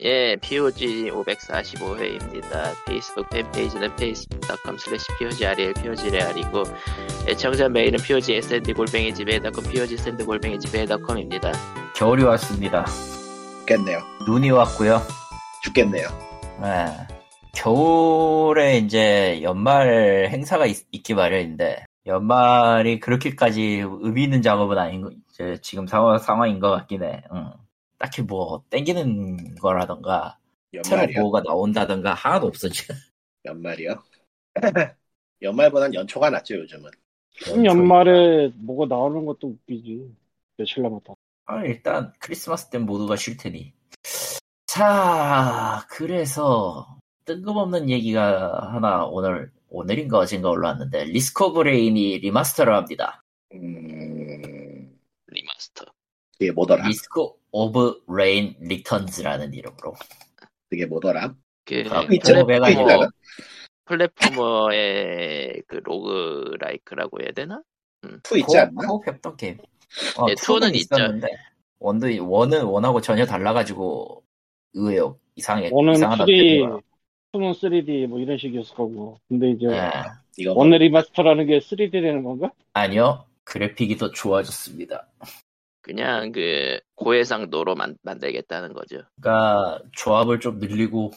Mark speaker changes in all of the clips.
Speaker 1: 예, POG 545회입니다. 페이스북 팬페이지는 facebook.com slash POGRL, POGRL이고, 애청자 메일은 POG SND 골뱅이 지메일.com, POG SND 골뱅이 지메일.com입니다.
Speaker 2: 겨울이 왔습니다.
Speaker 3: 죽겠네요.
Speaker 2: 눈이 왔고요.
Speaker 3: 죽겠네요.
Speaker 2: 예. 겨울에 이제 연말 행사가 있, 기 마련인데 연말이 그렇게까지 의미 있는 작업은 아닌 거 이제 지금 상황 상황인 것 같긴 해. 응. 딱히 뭐 땡기는 거라던가 새로
Speaker 3: 연말이요?
Speaker 2: 보호가 나온다던가 하나도 없어 지금.
Speaker 3: 연말이요? 연말보단 연초가 낫죠 요즘은.
Speaker 2: 어,
Speaker 4: 지금 연말에 뭐가 나오는 것도 웃기지. 며칠 남았다.
Speaker 2: 아, 일단 크리스마스 땐 모두가 쉴 테니. 자, 그래서 뜬금없는 얘기가 하나 오늘 오늘인가 어젠가 올라왔는데 리스크 오브 레인이 리마스터를 합니다.
Speaker 3: 음...
Speaker 1: 리마스터.
Speaker 3: 그게 뭐더라?
Speaker 2: 리스크 오브 레인 리턴즈라는 이름으로
Speaker 3: 그게 뭐더라?
Speaker 1: 그,
Speaker 2: 아,
Speaker 3: 있잖아.
Speaker 2: 내가
Speaker 3: 그게 있잖아.
Speaker 1: 플랫포머, 플랫포머의 그 로그라이크라고 해야 되나?
Speaker 3: 투 있지 않나?
Speaker 2: 코업 협동 게임. 어,
Speaker 1: 예,
Speaker 2: 투는
Speaker 1: 투는 있죠.
Speaker 2: 있었는데 원도 원은 원하고 전혀 달라가지고 의외요 이상해
Speaker 4: 원은
Speaker 2: 이상하다
Speaker 4: 2D, 2는 3D 뭐 이런 식이었을 거고. 근데 이제
Speaker 2: 예,
Speaker 3: 이거 뭐
Speaker 4: 원의 리마스터라는 게 3D 되는 건가?
Speaker 2: 아니요 그래픽이 더 좋아졌습니다.
Speaker 1: 그냥 그, 고해상도로 만, 만들겠다는 거죠.
Speaker 2: 그러니까 조합을 좀 늘리고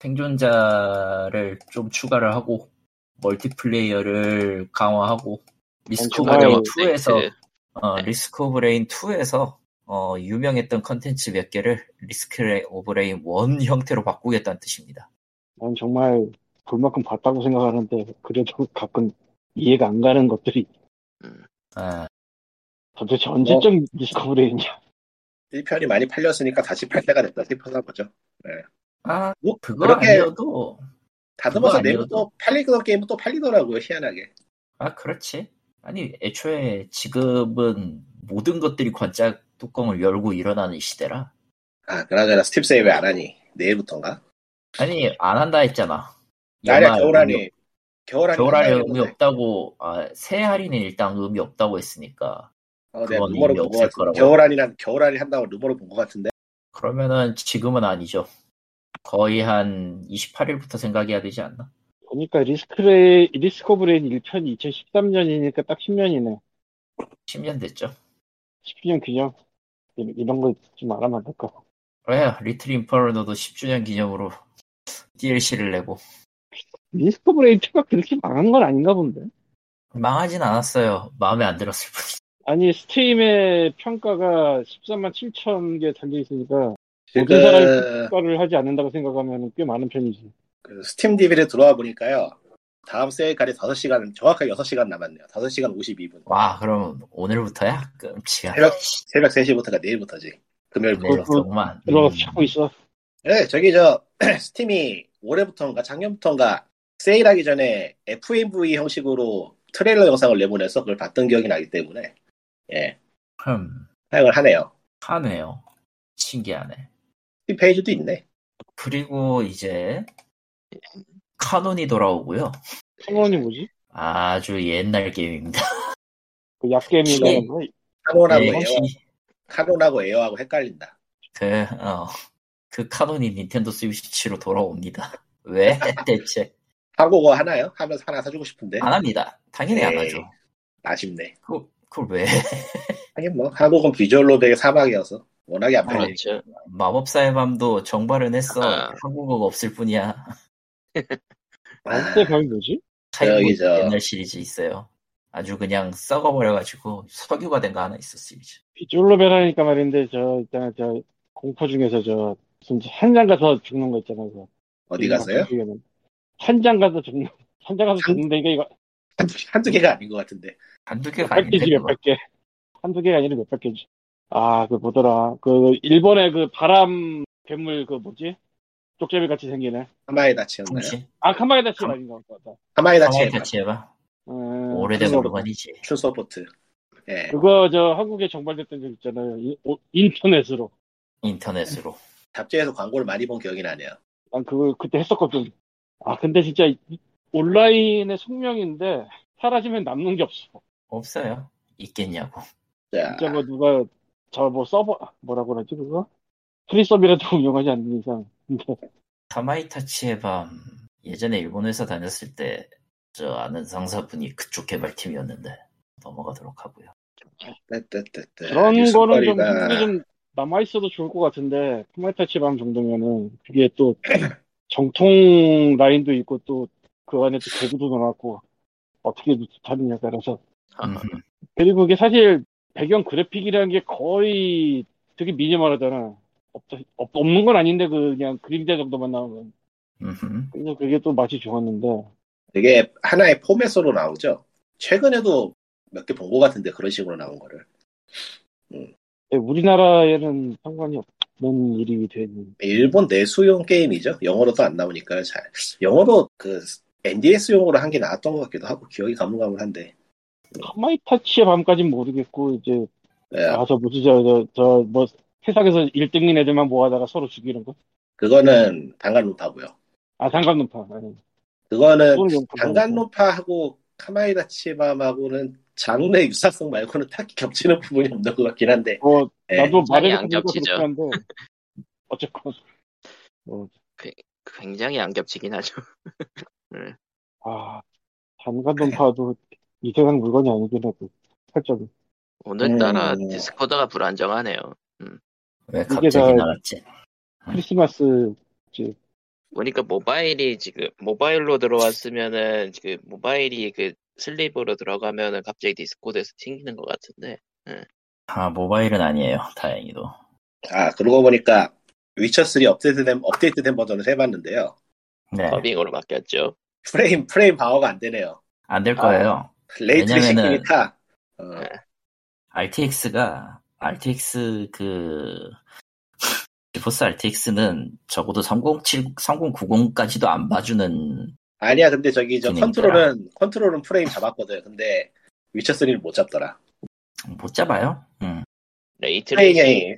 Speaker 2: 생존자를 좀 추가를 하고 멀티플레이어를 강화하고 리스크 오브
Speaker 4: 엄청
Speaker 2: 레인
Speaker 4: 많이
Speaker 2: 2에서
Speaker 1: 그,
Speaker 3: 네.
Speaker 2: 어, 리스크 오브 레인 2에서 어, 유명했던 컨텐츠 몇 개를 리스크 오브 레인 1 형태로 바꾸겠다는 뜻입니다.
Speaker 4: 난 정말 볼만큼 봤다고 생각하는데 그래도 가끔 이해가 안 가는 것들이
Speaker 1: 음,
Speaker 2: 아,
Speaker 4: 도대체
Speaker 2: 어.
Speaker 4: 언제쯤 디스커버리 있냐.
Speaker 3: 1편이 많이 팔렸으니까 다시 팔 때가 됐다 싶어서 보죠.
Speaker 2: 아,
Speaker 3: 뭐
Speaker 2: 그거
Speaker 3: 그렇게-
Speaker 2: 아니어도
Speaker 3: 다듬어서
Speaker 2: 그거 아니어도.
Speaker 3: 내면 또 팔리던 게임은 또 팔리더라고요 희한하게.
Speaker 2: 아 그렇지. 아니 애초에 지금은 모든 것들이 관짝 뚜껑을 열고 일어나는 시대라.
Speaker 3: 아 그나저나 스팀 세이브 안 하니 내일부터인가?
Speaker 2: 아니 안 한다 했잖아. 연말
Speaker 3: 아니야
Speaker 2: 의미
Speaker 3: 겨울 안에
Speaker 4: 그러니까
Speaker 3: 겨울 안에
Speaker 2: 겨울 할인
Speaker 3: 끝나요,
Speaker 2: 의미
Speaker 3: 근데.
Speaker 2: 없다고 아, 새 할인은 일단 의미 없다고 했으니까
Speaker 3: 어, 내가
Speaker 2: 그건
Speaker 3: 루머로
Speaker 2: 의미
Speaker 3: 본거
Speaker 2: 없을
Speaker 3: 같은데
Speaker 2: 거라고.
Speaker 3: 겨울 안이란 겨울 안이 한다고 루머로 본 거 같은데
Speaker 2: 그러면은 지금은 아니죠 거의 한 28일부터 생각해야 되지 않나
Speaker 4: 보니까 리스크레, 리스커브레인 1편이 2013년이니까 딱 10년이네.
Speaker 2: 10년 됐죠
Speaker 4: 10주년 기념. 이- 이런 거 좀 알아면 안 될까.
Speaker 2: 왜 리틀 인퍼르노도 10주년 기념으로 DLC를 내고
Speaker 4: 리스커브레인 2가 그렇게 망한 건 아닌가 본데.
Speaker 2: 망하진 않았어요 마음에 안 들었을 뿐이지
Speaker 4: 아니 스팀의 평가가 13만 7천 개 달려 있으니까
Speaker 2: 그-
Speaker 4: 모든
Speaker 3: 지금
Speaker 4: 사람이 평가를 하지 않는다고 생각하면 꽤 많은 편이지.
Speaker 3: 그 스팀 DV를 들어와 보니까요 다음 세일까지 5시간 정확하게 6시간 남았네요 5시간 52분
Speaker 2: 와 그럼 오늘부터야? 끔찍한
Speaker 3: 새벽, 새벽 3시부터가 내일부터지. 금요일부터.
Speaker 2: 내일 정말 음,
Speaker 4: 들어가서
Speaker 3: 음.
Speaker 4: 찾고 있어.
Speaker 3: 네, 저기 저 스팀이 올해부터인가 작년부터인가 세일하기 전에 FAV 형식으로 트레일러 영상을 내보내서 그걸 봤던 기억이 나기 때문에 예,
Speaker 2: 흠
Speaker 3: 사용을 하네요.
Speaker 2: 하네요 신기하네
Speaker 3: 스팀 페이지도 있네.
Speaker 2: 그리고 이제 카논이 돌아오고요
Speaker 4: 천원이 뭐지?
Speaker 2: 아주 옛날 게임입니다.
Speaker 4: 그 약겜이라는 거.
Speaker 3: 카논하고
Speaker 2: 예,
Speaker 3: 에어, 카논하고 에어하고 헷갈린다.
Speaker 2: 그, 어, 그 카논이 닌텐도 스위치로 돌아옵니다. 왜 대체
Speaker 3: 한국어 하나요? 하면서 하나 사주고 싶은데
Speaker 2: 안 합니다. 당연히 안
Speaker 3: 에이.
Speaker 2: 하죠.
Speaker 3: 아쉽네.
Speaker 2: 그, 그걸 왜
Speaker 3: 하긴 뭐 한국은 비주얼로 되게 사막이어서 워낙에 안 팔려.
Speaker 1: 그렇죠.
Speaker 2: 마법사의 밤도 정발은 했어.
Speaker 1: 아.
Speaker 2: 한국어가 없을 뿐이야.
Speaker 3: 아,
Speaker 4: 그때 병이 뭐지?
Speaker 2: 타이거
Speaker 3: 저-
Speaker 2: 옛날 시리즈 있어요. 아주 그냥 썩어버려가지고 석유가 된 거 하나 있어 시리즈.
Speaker 4: 비졸로벨 하니까 말인데 저 있잖아 저 공포 중에서 저 무슨 한장 가서 죽는 거 있잖아 그.
Speaker 3: 어디 가세요?
Speaker 4: 한장 가서 죽는 한장 가서 죽는데 이게 이거
Speaker 3: 한두, 한두 개가 아닌 것 같은데.
Speaker 2: 한두 개가
Speaker 4: 몇백
Speaker 2: 아닌데
Speaker 4: 개지
Speaker 2: 그거.
Speaker 4: 몇백 개. 한두 개가 아니라 몇백 개지. 아, 그 뭐더라. 그 일본의 그 바람 괴물 그 뭐지? 쪽제비 같이 생기네.
Speaker 3: 하마에 다치였나요?
Speaker 2: 혹시
Speaker 4: 아, 카마에다치
Speaker 2: 감-
Speaker 4: 아닌가 보다.
Speaker 3: 하마에
Speaker 2: 상황에
Speaker 3: 다치였나?
Speaker 2: 대체해봐.
Speaker 4: 음,
Speaker 2: 오래된
Speaker 4: 그거-
Speaker 2: 물건이지.
Speaker 3: 출소포트. 예.
Speaker 4: 그거 저 한국에 정발됐던 적 있잖아요. 이- 오- 인터넷으로.
Speaker 2: 인터넷으로.
Speaker 3: 잡지에서 광고를 많이 본 기억이 나네요.
Speaker 4: 난 그걸 그때 했었거든. 아, 근데 진짜 이- 온라인의 숙명인데 사라지면 남는 게 없어.
Speaker 2: 없어요. 있겠냐고.
Speaker 3: 자,
Speaker 4: 음, 진짜 뭐 누가 저 뭐 서버 뭐라고 그러지 그거? 프리서비라도 운영하지 않는 이상. 근데
Speaker 2: 타마이타치의 밤 예전에 일본 회사 다녔을 때 저 아는 상사분이 그쪽 개발팀이었는데 넘어가도록 하고요.
Speaker 3: 뜨뜨뜨뜨.
Speaker 4: 그런 거는 좀,
Speaker 3: 뉴스거리가-
Speaker 4: 그게 좀 남아있어도 좋을 것 같은데, 토마타치밤 정도면은, 그게 또, 정통 라인도 있고, 또, 그 안에 또 개그도 넣어놨고, 어떻게 다루냐 따라서.
Speaker 1: 아하.
Speaker 2: 음,
Speaker 4: 그리고 이게 사실, 배경 그래픽이라는 게 거의 되게 미니멀하잖아. 없, 없, 없는 건 아닌데, 그냥 그림자 정도만 나오면.
Speaker 2: 음,
Speaker 4: 그래서 그게 또 맛이 좋았는데,
Speaker 3: 이게 하나의 포맷으로 나오죠. 최근에도 몇 개 본 것 같은데 그런 식으로 나온 거를
Speaker 4: 네, 우리나라에는 상관이 없는 일이 되는.
Speaker 3: 일본 내수용 게임이죠. 영어로도 안 나오니까 잘 영어로 그 NDS용으로 한 게 나왔던 것 같기도 하고 기억이 가물가물한데
Speaker 4: 토마타치의 밤까진 모르겠고, 이제,
Speaker 3: 예,
Speaker 4: 아저 뭐지 저저뭐 세상에서 1등인 애들만 모아다가 서로 죽이는 거? 네.
Speaker 3: 그거는 단간론파고요.
Speaker 4: 아 상관론파
Speaker 2: 네,
Speaker 4: 아니
Speaker 3: 그거는
Speaker 4: 또는 용품 말고.
Speaker 3: 단간론파하고 카마이다치밤하고는 장르의 유사성 말고는 딱히 겹치는 부분이 없는 것 같긴 한데
Speaker 4: 어
Speaker 2: 네,
Speaker 3: 예,
Speaker 4: 나도
Speaker 1: 많이
Speaker 4: 말해서
Speaker 1: 안
Speaker 4: 그런 거
Speaker 1: 겹치죠.
Speaker 4: 그렇긴 한데 어쨌건 어,
Speaker 1: 굉장히 안 겹치긴 하죠.
Speaker 4: 아 단간론파도 이상한 물건이 아니긴 하고 살짝
Speaker 1: 오늘따라
Speaker 3: 음.
Speaker 1: 디스코더가 불안정하네요.
Speaker 2: 왜
Speaker 4: 이게
Speaker 2: 갑자기
Speaker 4: 다-
Speaker 2: 나왔지?
Speaker 4: 크리스마스
Speaker 1: 보니까 모바일이 지금 모바일로 들어왔으면은 그 모바일이 그 슬립으로 들어가면은 갑자기 디스코드에서 튕기는 것 같은데
Speaker 2: 아 모바일은 아니에요. 다행히도.
Speaker 3: 아 그러고 보니까 위쳐 3 업데이트된 업데이트된 버전을 해봤는데요.
Speaker 2: 네.
Speaker 1: 더빙으로 바뀌었죠.
Speaker 3: 프레임 프레임 방어가 안 되네요.
Speaker 2: 안 될 거예요.
Speaker 3: 레이트리
Speaker 2: 왜냐면은-
Speaker 3: 시키니까 어,
Speaker 2: RTX가 RTX 그 지포스 RTX는 적어도 3070, 3090까지도 안 봐주는
Speaker 3: 아니야 근데 저기 저
Speaker 2: 그니까.
Speaker 3: 컨트롤은 컨트롤은 프레임 잡았거든 근데 위쳐 3를 못 잡더라
Speaker 2: 못 잡아요. 음.
Speaker 1: 네,
Speaker 4: 아, 예,
Speaker 1: 레이트레이싱
Speaker 3: 프레임이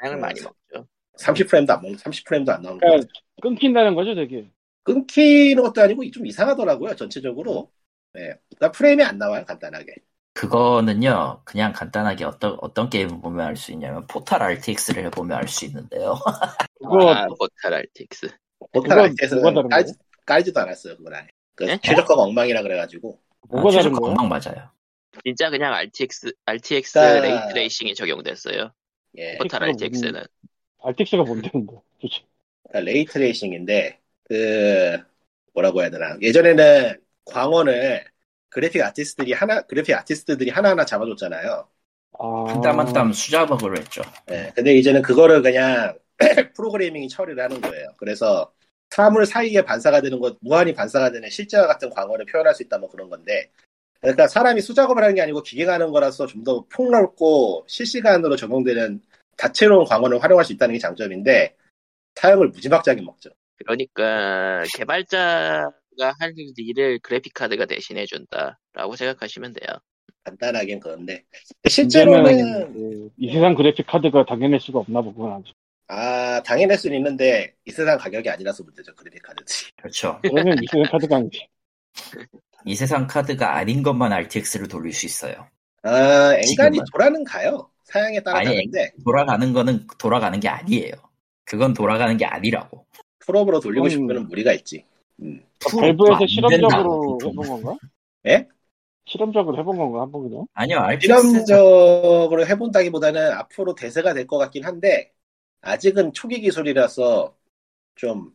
Speaker 1: 사양을
Speaker 3: 음.
Speaker 4: 네.
Speaker 1: 많이 먹죠.
Speaker 3: 30프레임도 안 먹는 30프레임도 안 나오는 거야
Speaker 4: 그러니까 끊긴다는 거죠 되게
Speaker 3: 끊기는 것도 아니고 좀 이상하더라고요 전체적으로 예, 그러니까 프레임이 안 나와요 간단하게
Speaker 2: 그거는요, 그냥 간단하게 어떤, 어떤 게임을 보면 알 수 있냐면, 포탈 RTX를 보면 알 수 있는데요.
Speaker 4: 그거
Speaker 1: 아, 포탈 RTX.
Speaker 3: 보탈
Speaker 4: 그건
Speaker 3: RT에서는
Speaker 4: 뭐가 다른
Speaker 3: 깔지, 깔지도 않았어요 그건 아예 그
Speaker 1: 예?
Speaker 3: 최저가가 엉망이라 그래가지고
Speaker 4: 뭐가 다른
Speaker 2: 아, 최저가
Speaker 4: 거야?
Speaker 2: 엉망 맞아요.
Speaker 1: 진짜 그냥 RTX RTX
Speaker 3: 아.
Speaker 1: 레이트레이싱이 적용됐어요.
Speaker 3: 예,
Speaker 1: 포탈
Speaker 4: 그러니까
Speaker 1: RTX는
Speaker 4: RTX가 뭔데 근데 그치
Speaker 3: 그러니까 레이트레이싱인데 그 뭐라고 해야 되나 예전에는 광원을 그래픽 아티스트들이 하나 그래픽 아티스트들이 하나하나 잡아줬잖아요
Speaker 2: 한 땀 한 땀
Speaker 4: 아한땀한땀
Speaker 2: 수작업으로 했죠.
Speaker 3: 예, 근데 이제는 그거를 그냥 프로그래밍이 처리를 하는 거예요. 그래서 사물 사이에 반사가 되는 것, 무한히 반사가 되는 실제와 같은 광어를 표현할 수 있다 뭐 그런 건데. 그러니까 사람이 수작업을 하는 게 아니고 기계가 하는 거라서 좀 더 폭넓고 실시간으로 적용되는 다채로운 광어를 활용할 수 있다는 게 장점인데 사용을 무지막지하게 먹죠.
Speaker 1: 그러니까 개발자가 할 일을 그래픽 카드가 대신해 준다라고 생각하시면 돼요.
Speaker 3: 간단하긴 그런데
Speaker 4: 이제는
Speaker 3: 실제로는
Speaker 4: 그, 이 세상 그래픽 카드가 당연할 수가 없나 보구나.
Speaker 3: 아 당연할 수는 있는데 이 세상 가격이 아니라서 문제죠 그래픽 카드지.
Speaker 2: 그렇죠.
Speaker 4: 그러면 이 세상 카드가 아니지.
Speaker 2: 이 세상 카드가 아닌 것만 RTX를 돌릴 수 있어요.
Speaker 3: 아 엔간히
Speaker 2: 지금은.
Speaker 3: 돌아는 가요. 사양에 따라
Speaker 2: 아니,
Speaker 3: 다른데.
Speaker 2: 돌아가는 거는 돌아가는 게 아니에요. 그건 돌아가는 게 아니라고.
Speaker 3: 풀업으로 돌리고
Speaker 4: 음.
Speaker 3: 싶으면 무리가 있지.
Speaker 2: 프로도 안 된다고,
Speaker 4: 밸브에서
Speaker 2: 그
Speaker 4: 실험적으로
Speaker 2: 보통.
Speaker 4: 해본 건가?
Speaker 3: 예?
Speaker 4: 실험적으로 해본 건가 한 번 그냥?
Speaker 2: 아니요, RTX.
Speaker 3: 실험적으로 해본다기보다는 앞으로 대세가 될 것 같긴 한데 아직은 초기 기술이라서 좀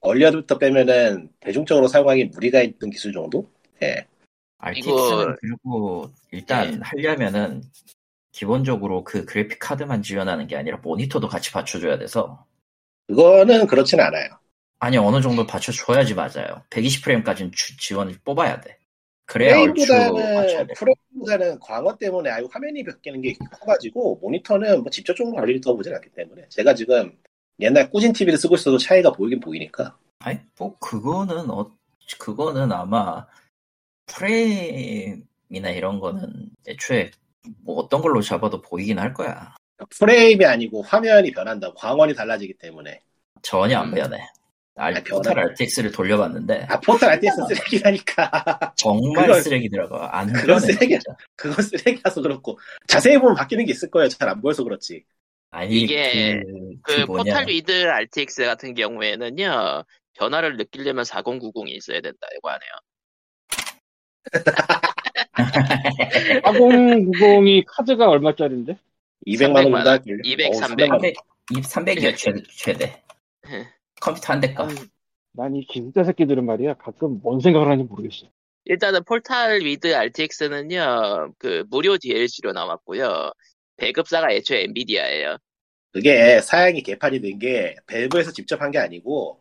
Speaker 3: 얼려부터 빼면은 대중적으로 사용하기 무리가 있는 기술 정도? 예.
Speaker 2: RTX는
Speaker 1: 이거-
Speaker 2: 그리고 일단
Speaker 1: 네.
Speaker 2: 하려면은 기본적으로 그 그래픽 카드만 지원하는 게 아니라 모니터도 같이 받쳐줘야 돼서
Speaker 3: 그거는 그렇진 않아요.
Speaker 2: 아니 어느 정도 받쳐줘야지 맞아요. 120프레임까지는 지원을 뽑아야 돼. 그래야 얼추 맞춰야
Speaker 3: 프레임보다는
Speaker 2: 돼.
Speaker 3: 프레임보다는 광어 때문에 아예 화면이 바뀌는 게 커가지고 모니터는 뭐 직접적으로 관리를 더 보진 않기 때문에 제가 지금 옛날 꾸진 TV를 쓰고 있어도 차이가 보이긴 보이니까
Speaker 2: 아니 뭐 그거는 어 그거는 아마 프레임이나 이런 거는 애초에 뭐 어떤 걸로 잡아도 보이긴 할 거야.
Speaker 3: 프레임이 아니고 화면이 변한다. 광원이 달라지기 때문에
Speaker 2: 전혀 안
Speaker 1: 음.
Speaker 2: 변해.
Speaker 3: 아니,
Speaker 2: 알,
Speaker 3: 변하네.
Speaker 2: 포탈 RTX를 돌려봤는데
Speaker 3: 아, 포털 RTS 는 쓰레기라니까.
Speaker 2: 정말
Speaker 3: 그걸-
Speaker 2: 쓰레기더라고. 안
Speaker 3: 그건
Speaker 2: 변해.
Speaker 3: 쓰레기야.
Speaker 2: 진짜.
Speaker 3: 그건 쓰레기라서 그렇고. 자세히 보면 바뀌는 게 있을 거예요. 잘 안 보여서 그렇지.
Speaker 2: 아니
Speaker 1: 이게
Speaker 2: 그,
Speaker 1: 그
Speaker 2: 그 뭐냐.
Speaker 1: 포탈 위드 RTX 같은 경우에는요 변화를 느끼려면 4090이 있어야 된다고 하네요.
Speaker 4: 4090이 카드가 얼마짜리인데?
Speaker 3: 200만 원
Speaker 1: 300만 원.
Speaker 3: 준다 할게요.
Speaker 1: 200,
Speaker 3: 어우,
Speaker 1: 300.
Speaker 3: 300만 원.
Speaker 2: 300이요 최대, 최대.
Speaker 1: 예.
Speaker 2: 컴퓨터 한 대가
Speaker 4: 난 이 기술자 새끼들은 말이야 가끔 뭔 생각을 하는지 모르겠어.
Speaker 1: 일단은 포탈 위드 RTX는요 그 무료 DLC로 나왔고요 배급사가 애초에 엔비디아예요.
Speaker 3: 그게 사양이 개판이 된 게 밸브에서 직접 한 게 아니고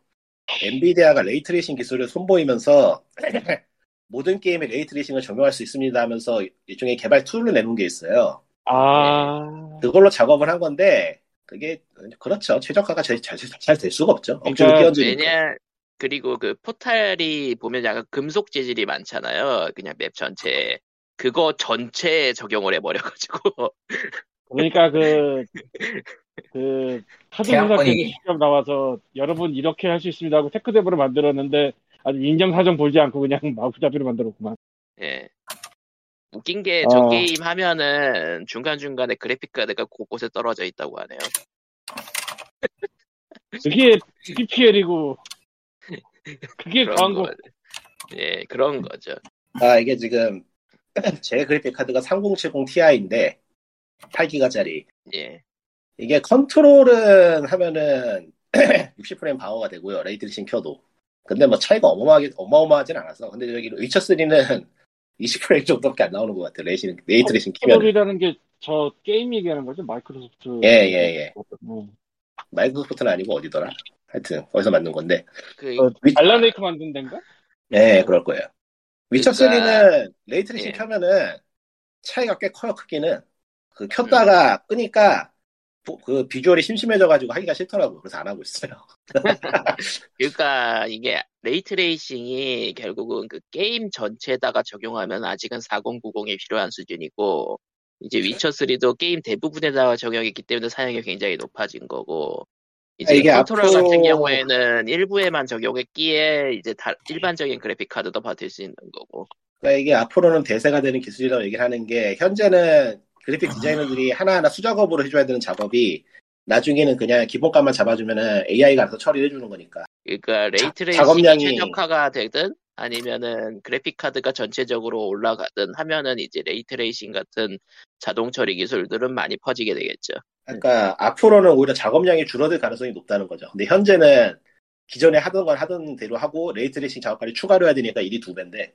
Speaker 3: 엔비디아가 레이트레이싱 기술을 선보이면서 모든 게임에 레이트레이싱을 적용할 수 있습니다 하면서 일종의 개발 툴을 내놓은 게 있어요.
Speaker 4: 아
Speaker 3: 그걸로 작업을 한 건데 그게 그렇죠. 최적화가 잘잘될 수가 없죠. 억지로
Speaker 4: 그러니까
Speaker 3: 끼얹으니까.
Speaker 1: 왜냐 그리고 그 포탈이 보면 약간 금속 재질이 많잖아요. 그냥 맵 전체에 그거 전체에 적용을 해버려가지고
Speaker 4: 그러니까 그, 그, 카드 분석기
Speaker 2: 계약권이-
Speaker 4: 직접 나와서 여러분 이렇게 할 수 있습니다 하고 테크데브를 만들었는데 아주 인정사정 보지 않고 그냥 마구잡이로 만들었구만.
Speaker 1: 예. 웃긴 게 저
Speaker 4: 어.
Speaker 1: 게임 하면은 중간중간에 그래픽 카드가 곳곳에 떨어져 있다고 하네요.
Speaker 4: 그게 DPL이고 그게
Speaker 1: 그런
Speaker 4: 광고.
Speaker 1: 거- 예, 그런 거죠.
Speaker 3: 아 이게 지금 제 그래픽 카드가 3070 Ti인데 8기가짜리.
Speaker 1: 예.
Speaker 3: 이게 컨트롤은 하면은 60프레임 방어가 되고요. 레이트레이싱 켜도. 근데 뭐 차이가 어마어마하게 어마어마하진 않았어. 근데 여기 위쳐 3는 20프레임 정도밖에 안 나오는 것 같아. 레이트레이싱 레이트레이싱 키면
Speaker 4: 컨트롤이라는 게 저 게임 얘기하는 거죠 마이크로소프트.
Speaker 3: 예예예.
Speaker 4: 뭐,
Speaker 3: 마이크로소프트는 아니고 어디더라. 하여튼 거기서 만든 건데.
Speaker 1: 그,
Speaker 4: 어,
Speaker 3: 위-
Speaker 4: 알란웨이크 만든 데인가?
Speaker 3: 예 그럴 거예요. 위쳐
Speaker 1: 그러니까-
Speaker 3: 3는 레이트레이싱
Speaker 1: 예.
Speaker 3: 켜면은 차이가 꽤 커요 크기는. 그 켰다가 끄니까 보- 그 비주얼이 심심해져가지고 하기가 싫더라고. 그래서 안 하고 있어요.
Speaker 1: 그러니까 이게 레이트레이싱이 결국은 그 게임 전체에다가 적용하면 아직은 4090이 필요한 수준이고 이제
Speaker 3: 그렇죠.
Speaker 1: 위쳐3도 게임 대부분에다가 적용했기 때문에 사용이 굉장히 높아진 거고 이제
Speaker 3: 아, 이게
Speaker 1: 컨트롤
Speaker 3: 앞으로-
Speaker 1: 같은 경우에는 일부에만 적용했기에 이제 다- 일반적인 그래픽 카드도 받을 수 있는 거고
Speaker 3: 그러니까 이게 앞으로는 대세가 되는 기술이라고 얘기를 하는 게 현재는 그래픽 디자이너들이 하나하나 수작업으로 해줘야 되는 작업이 나중에는 그냥 기본값만 잡아주면은 AI가 알아서 처리해 주는 거니까
Speaker 1: 그러니까 레이트레이싱이
Speaker 3: 작업량이-
Speaker 1: 최적화가 되든 아니면은 그래픽 카드가 전체적으로 올라가든 하면은 이제 레이트레이싱 같은 자동 처리 기술들은 많이 퍼지게 되겠죠.
Speaker 3: 그러니까 앞으로는 오히려 작업량이 줄어들 가능성이 높다는 거죠. 근데 현재는 기존에 하던 걸 하던 대로 하고 레이트레이싱 작업까지 추가로 해야 되니까 일이 두 배인데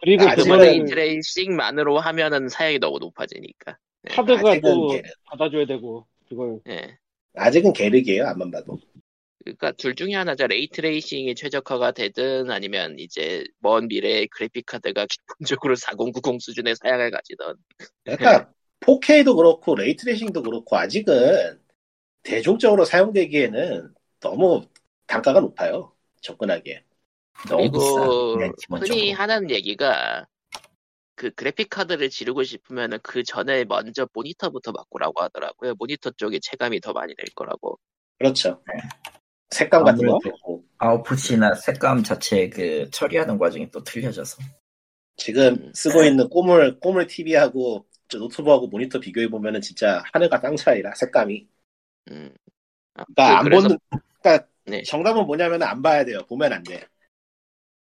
Speaker 4: 그리고
Speaker 3: 아,
Speaker 1: 그거
Speaker 3: 지금은-
Speaker 4: 그거는
Speaker 1: 레이트레이싱만으로 하면은 사양이 너무 높아지니까. 그러니까 뭐
Speaker 4: 카드가
Speaker 3: 아직은
Speaker 4: 또
Speaker 3: 예.
Speaker 4: 받아줘야 되고 그걸
Speaker 1: 예.
Speaker 3: 아직은 계륵이에요. 안만 봐도
Speaker 1: 그러니까 둘 중에 하나죠. 레이트레이싱이 최적화가 되든 아니면 이제 먼 미래에 그래픽 카드가 기본적으로 4090 수준의 사양을 가지던 네.
Speaker 3: 그러니까 4K도 그렇고 레이트레이싱도 그렇고 아직은 대중적으로 사용되기에는 너무 단가가 높아요. 접근하기에.
Speaker 2: 너무 비싸.
Speaker 1: 그리고
Speaker 3: 네,
Speaker 2: 그냥 기본적으로.
Speaker 1: 흔히 하는 얘기가 그 그래픽 카드를 지르고 싶으면은 그 전에 먼저 모니터부터 바꾸라고 하더라고요. 모니터 쪽에 체감이 더 많이 될 거라고.
Speaker 3: 그렇죠. 색감 같은
Speaker 2: 아무래도.
Speaker 3: 것도 그렇고
Speaker 2: 아웃풋이나 색감 자체 그 처리하는 과정이 또 틀려져서.
Speaker 3: 지금 쓰고
Speaker 1: 네.
Speaker 3: 있는 꼬물 꼬물 TV하고 노트북하고 모니터 비교해 보면은 진짜 하늘과 땅 차이라 색감이.
Speaker 1: 음. 아,
Speaker 3: 그러니까 안
Speaker 1: 그래서
Speaker 3: 보는. 그러니까
Speaker 1: 네.
Speaker 3: 정답은 뭐냐면 안 봐야 돼요. 보면 안 돼.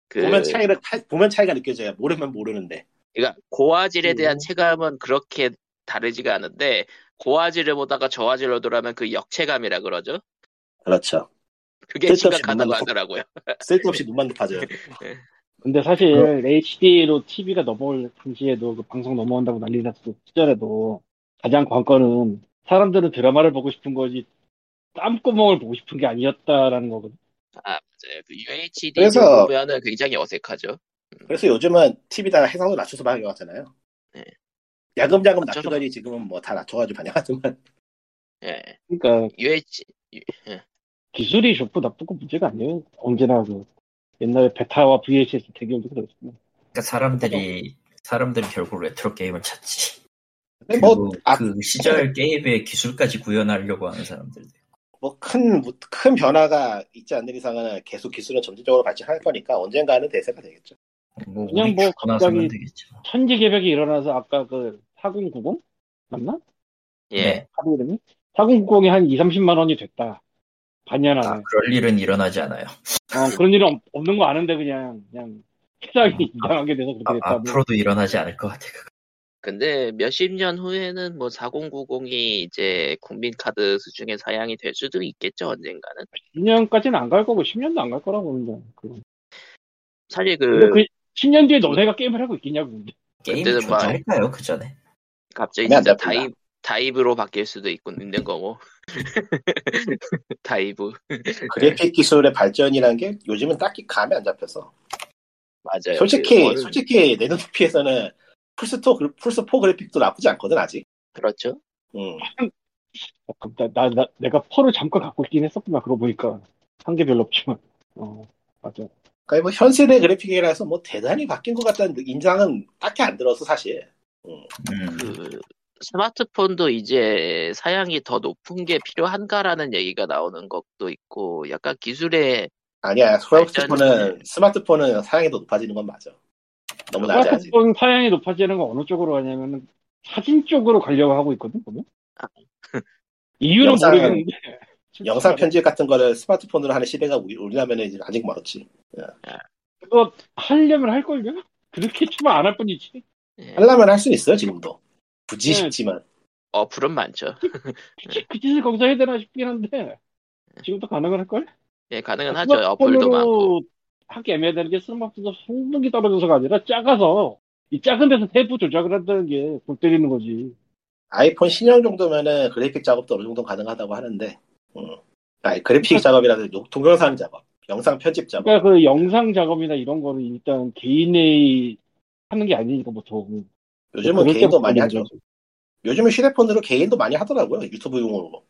Speaker 1: 그
Speaker 3: 보면 차이를 차- 보면 차이가 느껴져요. 모르면 모르는데.
Speaker 1: 그러니까 고화질에 대한
Speaker 4: 음.
Speaker 1: 체감은 그렇게 다르지가 않은데 고화질을 보다가 저화질로 돌아면 그 역체감이라 그러죠. 네.
Speaker 3: 그렇죠.
Speaker 1: 그게
Speaker 3: 쓸데없이
Speaker 1: 심각하다고
Speaker 3: 눈만
Speaker 1: 하더라고요.
Speaker 3: 쓸데없이 눈만 높아져요.
Speaker 4: 근데 사실 HD로 TV가 넘어올 당시에도 그 방송 넘어온다고 난리 났을 시절에도 가장 관건은 사람들은 드라마를 보고 싶은 거지 땀구멍을 보고 싶은 게 아니었다라는 거거든.
Speaker 1: 아 맞아요. 그 UHD
Speaker 3: 그래서-
Speaker 1: 보면은 굉장히 어색하죠.
Speaker 3: 그래서 요즘은 TV다 해상도 낮춰서 반영하잖아요.
Speaker 1: 네.
Speaker 3: 야금야금
Speaker 1: 낮춰서
Speaker 3: 낮추더니 지금은 뭐 다 낮춰가지고 반영하지만
Speaker 1: 예.
Speaker 4: 그러니까
Speaker 1: UH
Speaker 4: 기술이 좋고 나쁘고 문제가 아니에요. 언제나 그 옛날에 베타와 VHS 대결도 그랬고.
Speaker 2: 그러니까 사람들이 사람들이 결국 레트로 게임을 찾지.
Speaker 3: 근데
Speaker 2: 그리고
Speaker 3: 뭐
Speaker 4: 아,
Speaker 3: 앞-
Speaker 2: 그 시절 게임의 기술까지 구현하려고 하는 사람들.
Speaker 3: 뭐 큰 큰 변화가 있지 않는 이상은 계속 기술은 점진적으로 발전할 거니까 언젠가는 대세가 되겠죠.
Speaker 2: 뭐
Speaker 4: 그냥
Speaker 2: 우리
Speaker 4: 뭐
Speaker 2: 나서면
Speaker 4: 갑자기-
Speaker 2: 되겠죠.
Speaker 4: 천지개벽이 일어나서 아까 그 4090 맞나?
Speaker 1: 예.
Speaker 2: 네.
Speaker 4: 하루 이름이? 4090이 한 2, 30만 원이 됐다. 반년 안에.
Speaker 2: 아, 그럴 일은 일어나지 않아요.
Speaker 4: 어, 그런 일은 없- 없는 거 아는데 그냥 그냥 식상이 이상하게 돼서 그렇게
Speaker 2: 아,
Speaker 4: 됐다고.
Speaker 2: 앞으로도 일어나지 않을 것 같아요.
Speaker 1: 근데 몇십 년 후에는 뭐 4090이 이제 국민카드 수준의 사양이 될 수도 있겠죠, 언젠가는.
Speaker 4: 2년까지는 안 갈 거고 10년도 안 갈 거라고 보는데.
Speaker 2: 네.
Speaker 4: 그건.
Speaker 1: 사실
Speaker 4: 근데
Speaker 1: 그,
Speaker 4: 그 10년 뒤에 너네가 게임을 하고 있겠냐고 근데.
Speaker 2: 게임이
Speaker 1: 그때는 뭐 막-
Speaker 2: 존재할까요, 그 전에?
Speaker 1: 갑자기
Speaker 3: 네, 안
Speaker 1: 진짜
Speaker 3: 잡힌다.
Speaker 1: 다입, 다입으로 바뀔 수도 있고, 있는 거고. 다이브.
Speaker 3: 그래픽 기술의 발전이라는 게 요즘은 딱히 감이 안 잡혀서.
Speaker 1: 맞아요.
Speaker 3: 솔직히
Speaker 1: 네, 그거를-
Speaker 3: 솔직히 내 눈높이에서는 풀스토 그- 풀스4 그래픽도 나쁘지 않거든 아직.
Speaker 1: 그렇죠.
Speaker 3: 음.
Speaker 4: 어, 그럼 나, 나, 나- 내가 펄을 잠깐 갖고 있긴 했었구나 그러고 보니까 한 게 별로 없지만. 어 맞아.
Speaker 3: 그러니까 뭐 현세대 그래픽이라서 뭐 대단히 바뀐 것 같다는 인상은 딱히 안 들어서 사실.
Speaker 2: 음.
Speaker 1: 그, 스마트폰도 이제 사양이 더 높은 게 필요한가라는 얘기가 나오는 것도 있고, 약간 기술의
Speaker 3: 아니야 스마트폰은
Speaker 1: 발전은-
Speaker 3: 스마트폰은 사양이 더 높아지는 건 맞아. 너무 낮아 아직.
Speaker 4: 스마트폰 사양이 높아지는 건 어느 쪽으로 가냐면은 사진 쪽으로 가려고 하고 있거든 보면. 이유는
Speaker 3: 영상-
Speaker 4: 모르겠는데.
Speaker 3: 영상 편집 같은 거를 스마트폰으로 하는 시대가 우리- 우리라면은 이제 아직 멀었지.
Speaker 4: 그거 하려면 할 걸요? 그렇게 치면 안 할 뿐이지.
Speaker 1: 예,
Speaker 3: 하려면 할 수 있어요 지금도. 굳이
Speaker 4: 네.
Speaker 3: 싶지만
Speaker 1: 어플은 많죠.
Speaker 4: 그치, 그 짓을 거기서 해야 되나 싶긴 한데 지금도 가능은 할걸?
Speaker 1: 예, 가능은 하죠. 어플도
Speaker 4: 아, 스마트폰으로
Speaker 1: 많고.
Speaker 4: 하기 애매하다는 게 스마트폰 성능이 떨어져서가 아니라 작아서 이 작은 데서 세부 조작을 한다는 게 골 때리는 거지.
Speaker 3: 아이폰 신형 정도면은 그래픽 작업도 어느 정도 가능하다고 하는데. 음. 아니 그래픽 작업이라도 요- 동영상 작업, 영상 편집 작업.
Speaker 4: 그러니까 그 영상 작업이나 이런 거를 일단 개인의 하는 게 아니니까 보통.
Speaker 3: 요즘은
Speaker 4: 그럴
Speaker 3: 개인도
Speaker 4: 때부터
Speaker 3: 많이
Speaker 4: 보는
Speaker 3: 하죠.
Speaker 4: 거지.
Speaker 3: 요즘은 휴대폰으로 개인도 많이 하더라고요. 유튜브용으로.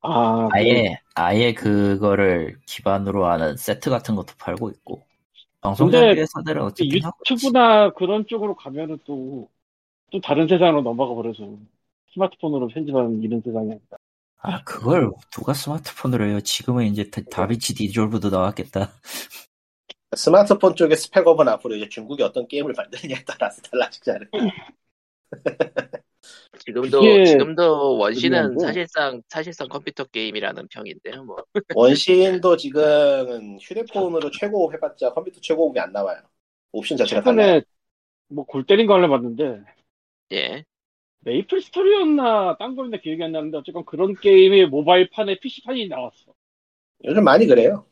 Speaker 4: 아, 그래.
Speaker 2: 아예 아예 그거를 기반으로 하는 세트 같은 것도 팔고 있고 방송
Speaker 4: 근데 그
Speaker 2: 장비 회사들은 어쨌든 하고 있지.
Speaker 4: 유튜브나 그런 쪽으로 가면은 또, 또 다른 세상으로 넘어가 버려서 스마트폰으로 편집하는 이런 세상이 아니다.
Speaker 2: 아 그걸 누가 스마트폰으로 해요? 지금은 이제
Speaker 4: 네.
Speaker 2: 다- 다빈치 디졸브도 나왔겠다.
Speaker 3: 스마트폰 쪽의 스펙업은 앞으로 이제 중국이 어떤 게임을 만드느냐에 따라서 달라지지 않을
Speaker 1: 지금도,
Speaker 4: 이게
Speaker 1: 지금도 원신은
Speaker 4: 중요한 거.
Speaker 1: 사실상, 사실상 컴퓨터 게임이라는 평인데요, 뭐.
Speaker 3: 원시인도 지금 휴대폰으로 최고업 해봤자 컴퓨터 최고업이 안 나와요. 옵션 자체가 달라요.
Speaker 4: 최근에 뭐 골 때린 거 하려 봤는데
Speaker 1: 예.
Speaker 4: 메이플 스토리였나 딴 거였나 기억이 안 나는데 어쨌건 그런 게임의 모바일판에 PC판이 나왔어.
Speaker 3: 요즘 많이 그래요.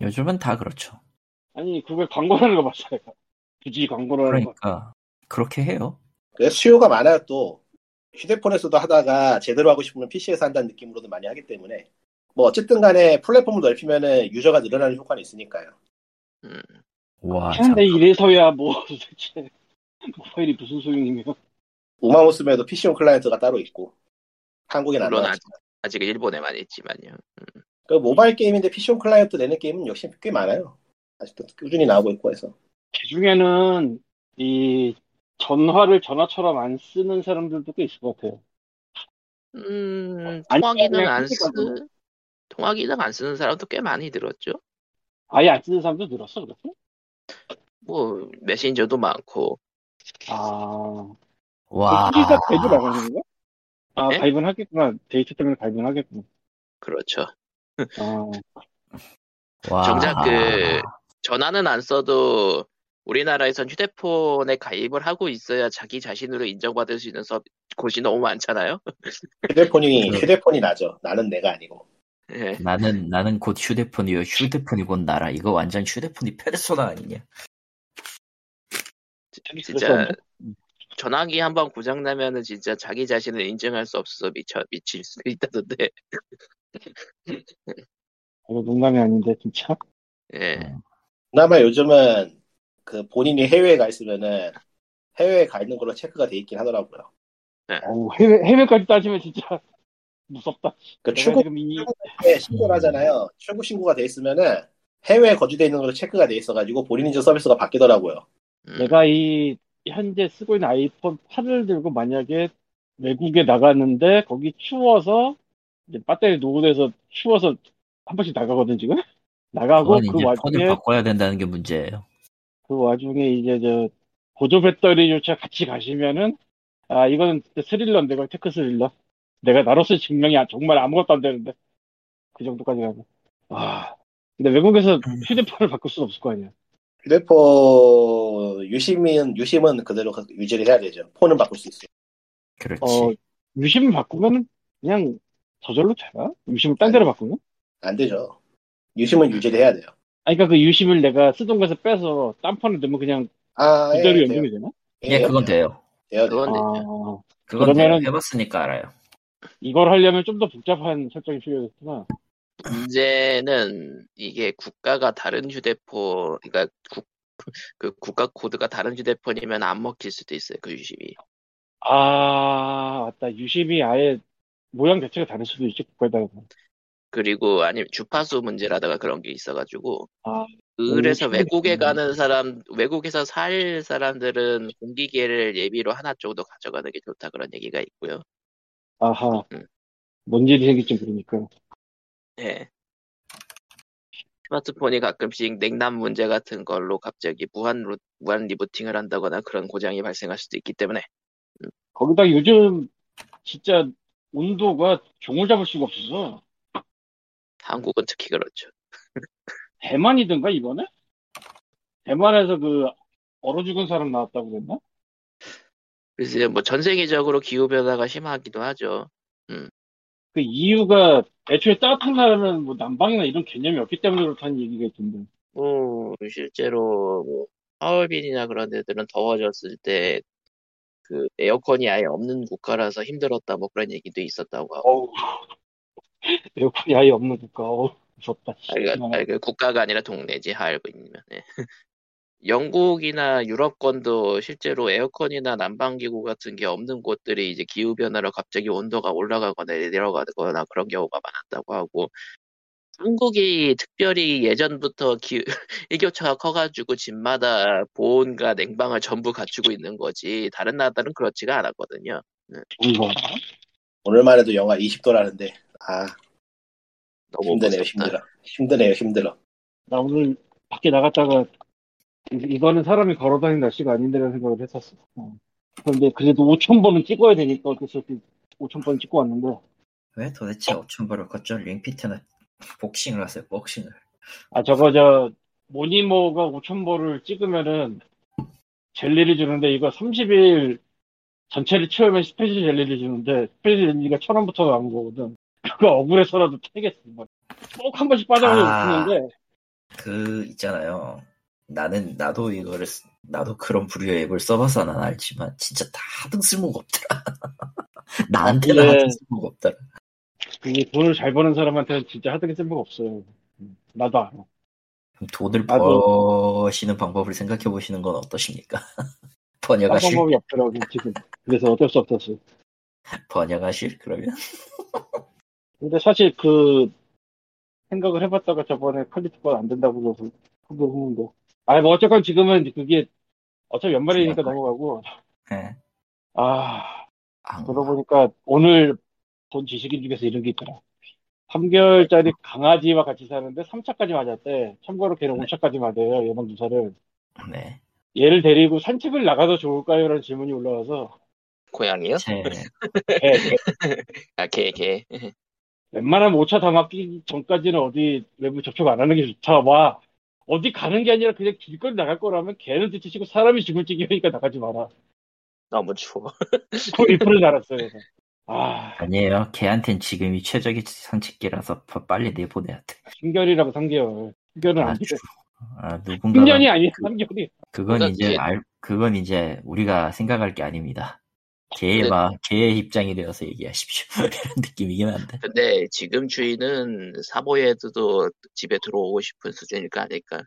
Speaker 2: 요즘은 다 그렇죠.
Speaker 4: 아니 그걸 광고하는 거 봤어 내가. 굳이 광고를 하는 거.
Speaker 2: 그러니까 그렇게 해요.
Speaker 3: 그래서 수요가 많아요 또. 휴대폰에서도 하다가 제대로 하고 싶으면 PC에서 한다는 느낌으로도 많이 하기 때문에 뭐 어쨌든 간에 플랫폼을 넓히면은 유저가 늘어나는 효과는 있으니까요.
Speaker 2: 와 참.
Speaker 4: 아, 근데 이래서야 뭐 도대체 모바일이 무슨 소용이며?
Speaker 3: 우마무스메도 PC용 클라이언트가 따로 있고 한국엔 안
Speaker 1: 물론
Speaker 3: 나왔죠.
Speaker 1: 아직, 아직 일본에만 있지만요.
Speaker 3: 그 모바일 게임인데 PC용 클라이언트 내는 게임은 역시 꽤 많아요. 아직도 꾸준히 나오고 있고 해서.
Speaker 4: 그 중에는 이 전화를 전화처럼 안 쓰는 사람들도 꽤 있을 것 같아요.
Speaker 1: 음,
Speaker 4: 어, 아니,
Speaker 1: 통화 기능
Speaker 4: 그냥
Speaker 1: 안 쓰,
Speaker 4: 컴퓨터로.
Speaker 1: 통화 기능 안 쓰는 사람도 꽤 많이 들었죠.
Speaker 4: 아예 안 쓰는 사람도 늘었어 그렇고?
Speaker 1: 뭐, 메신저도 많고.
Speaker 4: 아
Speaker 2: 와.
Speaker 4: 기가 가입을 안 하는 거야? 아
Speaker 1: 네?
Speaker 4: 가입은 하겠구나. 데이터 때문에 가입은 하겠구나.
Speaker 1: 그렇죠.
Speaker 4: 아
Speaker 2: 와.
Speaker 1: 정작 그- 전화는 안 써도 우리나라에선 휴대폰에 가입을 하고 있어야 자기 자신으로 인정받을 수 있는 서비, 곳이 너무 많잖아요.
Speaker 3: 휴대폰이
Speaker 1: 네.
Speaker 2: 그-
Speaker 3: 휴대폰이 나죠. 나는 내가 아니고.
Speaker 1: 예.
Speaker 2: 나는 나는 곧 휴대폰이요. 휴대폰이 곧 나라. 이거 완전 휴대폰이 페르소나 아니냐?
Speaker 4: 뭐,
Speaker 1: 진짜
Speaker 4: 아,
Speaker 1: 전화기 한 번 고장 나면은 진짜 자기 자신을 인증할 수 없어서 미쳐 미칠 수도 있다던데.
Speaker 4: 이거 농담이 아닌데 진짜.
Speaker 1: 예.
Speaker 4: 네.
Speaker 3: 그나마 요즘은 그 본인이 해외에 가 있으면은 해외에 가 있는 걸로 체크가 돼 있긴 하더라고요.
Speaker 4: 어우, 아, 뭐 해외, 해외까지 따지면 진짜 무섭다.
Speaker 1: 네,
Speaker 3: 그
Speaker 4: 내가
Speaker 3: 출국
Speaker 4: 지금 이
Speaker 3: 때 예, 신고를 하잖아요. 출국 신고가 돼 있으면은 해외에 거주돼 있는 걸로 체크가 돼 있어가지고 본인 인증 서비스가 바뀌더라고요.
Speaker 1: 음,
Speaker 4: 내가 이 현재 쓰고 있는 아이폰 8을 들고 만약에 외국에 나갔는데 거기 추워서 이제 배터리 노후돼서 추워서 한 번씩 나가거든 지금 나가고
Speaker 2: 그건 이제
Speaker 4: 그
Speaker 2: 폰을
Speaker 4: 와중에
Speaker 2: 바꿔야 된다는 게 문제예요.
Speaker 4: 그 와중에 이제 저 보조 배터리 조차 같이 가시면은 아 이거는 진짜 스릴러인데 이걸 테크 스릴러 내가 나로서 증명이 아- 정말 아무것도 안 되는데 그 정도까지 가고 와 근데 외국에서 휴대폰을 바꿀 수는 없을 거 아니야
Speaker 3: 휴대폰 유심은 유심은 그대로 가- 유지를 해야 되죠. 폰은 바꿀 수 있어요.
Speaker 2: 그렇지.
Speaker 4: 어 유심을 바꾸면 그냥 저절로 되나? 유심을 딴 데로 바꾸면?
Speaker 3: 안 되죠. 유심은 유지를 해야 돼요.
Speaker 4: 아니 그러니까 그 유심을 내가 쓰던 곳에서 빼서 딴 판에 넣으면 그냥
Speaker 3: 아,
Speaker 4: 그대로
Speaker 3: 예, 돼요.
Speaker 4: 연동이 되나?
Speaker 2: 예, 그건 돼요.
Speaker 3: 돼요, 돼요.
Speaker 1: 그건 되죠.
Speaker 4: 아
Speaker 2: 그건
Speaker 4: 그러면은-
Speaker 2: 돼요. 해봤으니까 알아요.
Speaker 4: 이걸 하려면 좀 더 복잡한 설정이 필요했구나
Speaker 1: 문제는 이게 국가가 다른 휴대폰, 그러니까 국, 그 국가 코드가 다른 휴대폰이면 안 먹힐 수도 있어요. 그 유심이.
Speaker 4: 아 맞다 유심이 아예 모양 자체가 다를 수도 있지 국가에 따라서
Speaker 1: 그리고 아니면 주파수 문제라다가 그런 게 있어가지고.
Speaker 4: 아,
Speaker 1: 그래서
Speaker 4: 음,
Speaker 1: 외국에
Speaker 4: 음.
Speaker 1: 가는 사람, 외국에서 살 사람들은 공기계를 예비로 하나 정도 가져가는 게 좋다 그런 얘기가 있고요.
Speaker 4: 아하
Speaker 1: 음.
Speaker 4: 뭔 일이 생길지 모르니까
Speaker 1: 예. 스마트폰이 가끔씩 냉난 문제 같은 걸로 갑자기 무한, 로- 무한 리부팅을 한다거나 그런 고장이 발생할 수도 있기 때문에
Speaker 4: 거기다 요즘 진짜 온도가 종을 잡을 수가 없어서
Speaker 1: 한국은 특히 그렇죠.
Speaker 4: 대만이든가 이번에? 대만에서 그 얼어 죽은 사람 나왔다고 그랬나?
Speaker 1: 그래서 뭐 전 세계적으로 기후 변화가 심하기도 하죠.
Speaker 4: 그 이유가 애초에 따뜻한 나라는 뭐 난방이나 이런 개념이 없기 때문에 그렇다는 얘기가 있던데
Speaker 1: 뭐 실제로 뭐 하얼빈이나 그런 데들은 더워졌을 때 그 에어컨이 아예 없는 국가라서 힘들었다 뭐 그런 얘기도 있었다고 하고
Speaker 4: 어우 에어컨이 아예 없는 국가 어우 무섭다 씨.
Speaker 1: 아,
Speaker 3: 어.
Speaker 1: 그러니까, 아, 그러니까 국가가 아니라 동네지 하얼빈이면 예. 영국이나 유럽권도 실제로 에어컨이나 난방기구 같은 게 없는 곳들이 이제 기후변화로 갑자기 온도가 올라가거나 내려가거나 그런 경우가 많았다고 하고 한국이 특별히 예전부터 기, 일교차가 커가지고 집마다 보온과 냉방을 전부 갖추고 있는 거지 다른 나라들은 그렇지가 않았거든요.
Speaker 4: 좋은 거 같아.
Speaker 3: 오늘만 해도 영하 20도라는데 아
Speaker 1: 너무
Speaker 3: 힘드네요,
Speaker 1: 무섭다.
Speaker 3: 힘들어. 힘드네요, 힘들어.
Speaker 4: 나 오늘 밖에 나갔다가 이- 이거는 사람이 걸어다니는 날씨가 아닌데라는 생각을 했었어. 어. 그런데 그래도 5천 번은 찍어야 되니까 어쩔 수 없이 5천 번 찍고 왔는데
Speaker 2: 왜 도대체 5천 벌을 거절 링피트는 복싱을 하세요? 복싱을.
Speaker 4: 아 저거 저 모니모가 5천 번을 찍으면은 젤리를 주는데 이거 30일 전체를 채우면 스페셜 젤리를 주는데 스페셜 젤리가 천 원부터 나온 거거든. 그거 억울해서라도 태겠어. 꼭 한 번씩 빠져나오고
Speaker 2: 아.
Speaker 4: 웃는데
Speaker 2: 그 있잖아요. 나는 나도 이거를 쓰- 나도 그런 부류의 앱을 써봐서 난 알지만 진짜 다 하등 쓸모가 없더라. 나한테는
Speaker 4: 아, 근데-
Speaker 2: 하등 쓸모가 없더라.
Speaker 4: 그 돈을 잘 버는 사람한테는 진짜 하등이 쓸모가 없어요. 음, 나도 알아.
Speaker 2: 그럼 돈을
Speaker 4: 나도-
Speaker 2: 버시는 방법을 생각해 보시는 건 어떠십니까? 번역아
Speaker 4: 딴
Speaker 2: 실
Speaker 4: 방법이 없더라고 지금 그래서 어쩔 수 없었어
Speaker 2: 번역아 실 그러면
Speaker 4: 근데 사실 그 생각을 해봤다가 저번에 퀄리티가 안 된다고 그래서 그거 했는데 아뭐 어쨌건 지금은 그게 어차피 연말이니까
Speaker 2: 그냥
Speaker 4: 넘어가고
Speaker 2: 예.
Speaker 4: 아
Speaker 2: 아,
Speaker 4: 들어보니까 오늘 본 지식인 중에서 이런 게 있더라 3개월짜리 강아지와 같이 사는데 3차까지 맞았대 참고로 걔는 5차까지 맞아요 예방주사를
Speaker 2: 네.
Speaker 4: 얘를 데리고 산책을 나가도 좋을까요? 라는 질문이 올라와서 네?
Speaker 1: 고양이요?
Speaker 2: 제
Speaker 4: 개, 개,
Speaker 1: 아, 개, 개.
Speaker 4: 웬만하면 5차 담합기 전까지는 어디 외부 접촉 안 하는 게 좋다. 와, 어디 가는 게 아니라 그냥 길거리 나갈 거라면 개는 뒤치시고 사람이 죽을 지경이니까 나가지 마라.
Speaker 1: 너무 추워.
Speaker 4: 그 리플을 달았어요. 그래서. 아,
Speaker 2: 아니에요. 걔한텐 지금이 최적의 산책기라서 더 빨리 내보내야 돼.
Speaker 4: 신결이라고 3개월. 신결은
Speaker 2: 아,
Speaker 4: 안 돼.
Speaker 2: 주- 아,
Speaker 4: 1년이
Speaker 2: 누군가가
Speaker 4: 아니야, 3개월이.
Speaker 2: 그건
Speaker 1: 그건
Speaker 2: 이제
Speaker 1: 걔-
Speaker 2: 알 그건 이제 우리가 생각할 게 아닙니다. 걔의
Speaker 1: 근데-
Speaker 2: 막 걔의 입장이 되어서 얘기하십시오. 이런 느낌이긴 한데.
Speaker 1: 근데 지금 주인은 사보예드도 집에 들어오고 싶은 수준일까 아닐까.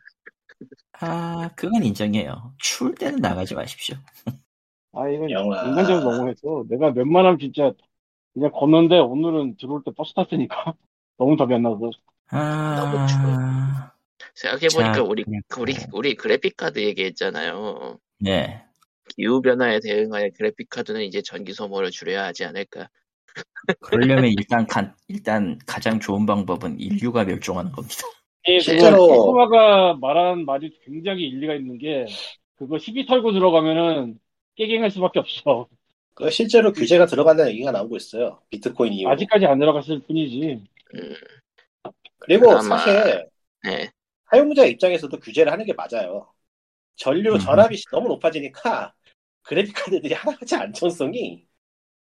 Speaker 2: 아, 그건 인정해요. 추울 때는 나가지 마십시오.
Speaker 4: 아, 이건
Speaker 3: 영화.
Speaker 4: 인간적으로 너무했어. 내가 웬만하면 진짜 그냥 걷는데 오늘은 들어올 때 버스 탔으니까 너무 답이 안 나서.
Speaker 1: 너무 추워요.
Speaker 2: 아,
Speaker 1: 생각해보니까
Speaker 2: 자,
Speaker 1: 우리,
Speaker 2: 그냥
Speaker 1: 우리,
Speaker 4: 네.
Speaker 2: 그래요.
Speaker 1: 우리 그래픽카드 얘기했잖아요.
Speaker 2: 네.
Speaker 1: 기후변화에 대응하여 그래픽카드는 이제 전기 소모를 줄여야 하지 않을까.
Speaker 2: 그러려면 일단 간, 일단 가장 좋은 방법은 인류가 멸종하는 겁니다.
Speaker 4: 예,
Speaker 1: 실제로-
Speaker 4: 그거 코코마가 말한 말이 굉장히 일리가 있는 게 그거 시비 털고 들어가면은 깨갱할 수밖에 없어.
Speaker 3: 그 실제로 규제가 들어간다는 얘기가 나오고 있어요. 비트코인 이후.
Speaker 4: 아직까지 안 들어갔을 뿐이지.
Speaker 3: 그리고
Speaker 1: 그나마-
Speaker 3: 사실
Speaker 1: 네.
Speaker 3: 사용자 입장에서도 규제를 하는 게 맞아요. 전류
Speaker 2: 음.
Speaker 3: 전압이 너무 높아지니까 그래픽카드들이 하나같이 안정성이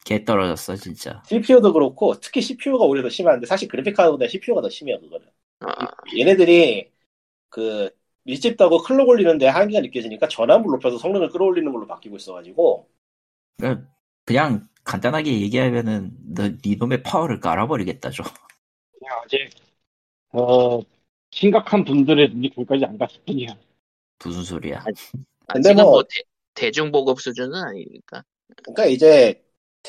Speaker 2: 개 떨어졌어 진짜.
Speaker 3: CPU도 그렇고 특히 CPU가 오히려 더 심한데 사실 그래픽카드보다 CPU가 더 심해요 그거는.
Speaker 1: 어,
Speaker 3: 음, 얘네들이 그 밀집다고 클럭 올리는데 한계가 느껴지니까 전압을 높여서 성능을 끌어올리는 걸로 바뀌고 있어가지고
Speaker 2: 그러니까 그냥 간단하게 얘기하면은 너 니놈의 파워를 깔아버리겠다 좀.
Speaker 4: 그냥 아직 어 심각한 분들의 눈이 거기까지 안 갔을 뿐이야.
Speaker 2: 무슨 소리야?
Speaker 3: 근데
Speaker 1: 아직은 뭐,
Speaker 3: 뭐-
Speaker 1: 대, 대중보급 수준은 아니니까.
Speaker 3: 그러니까 이제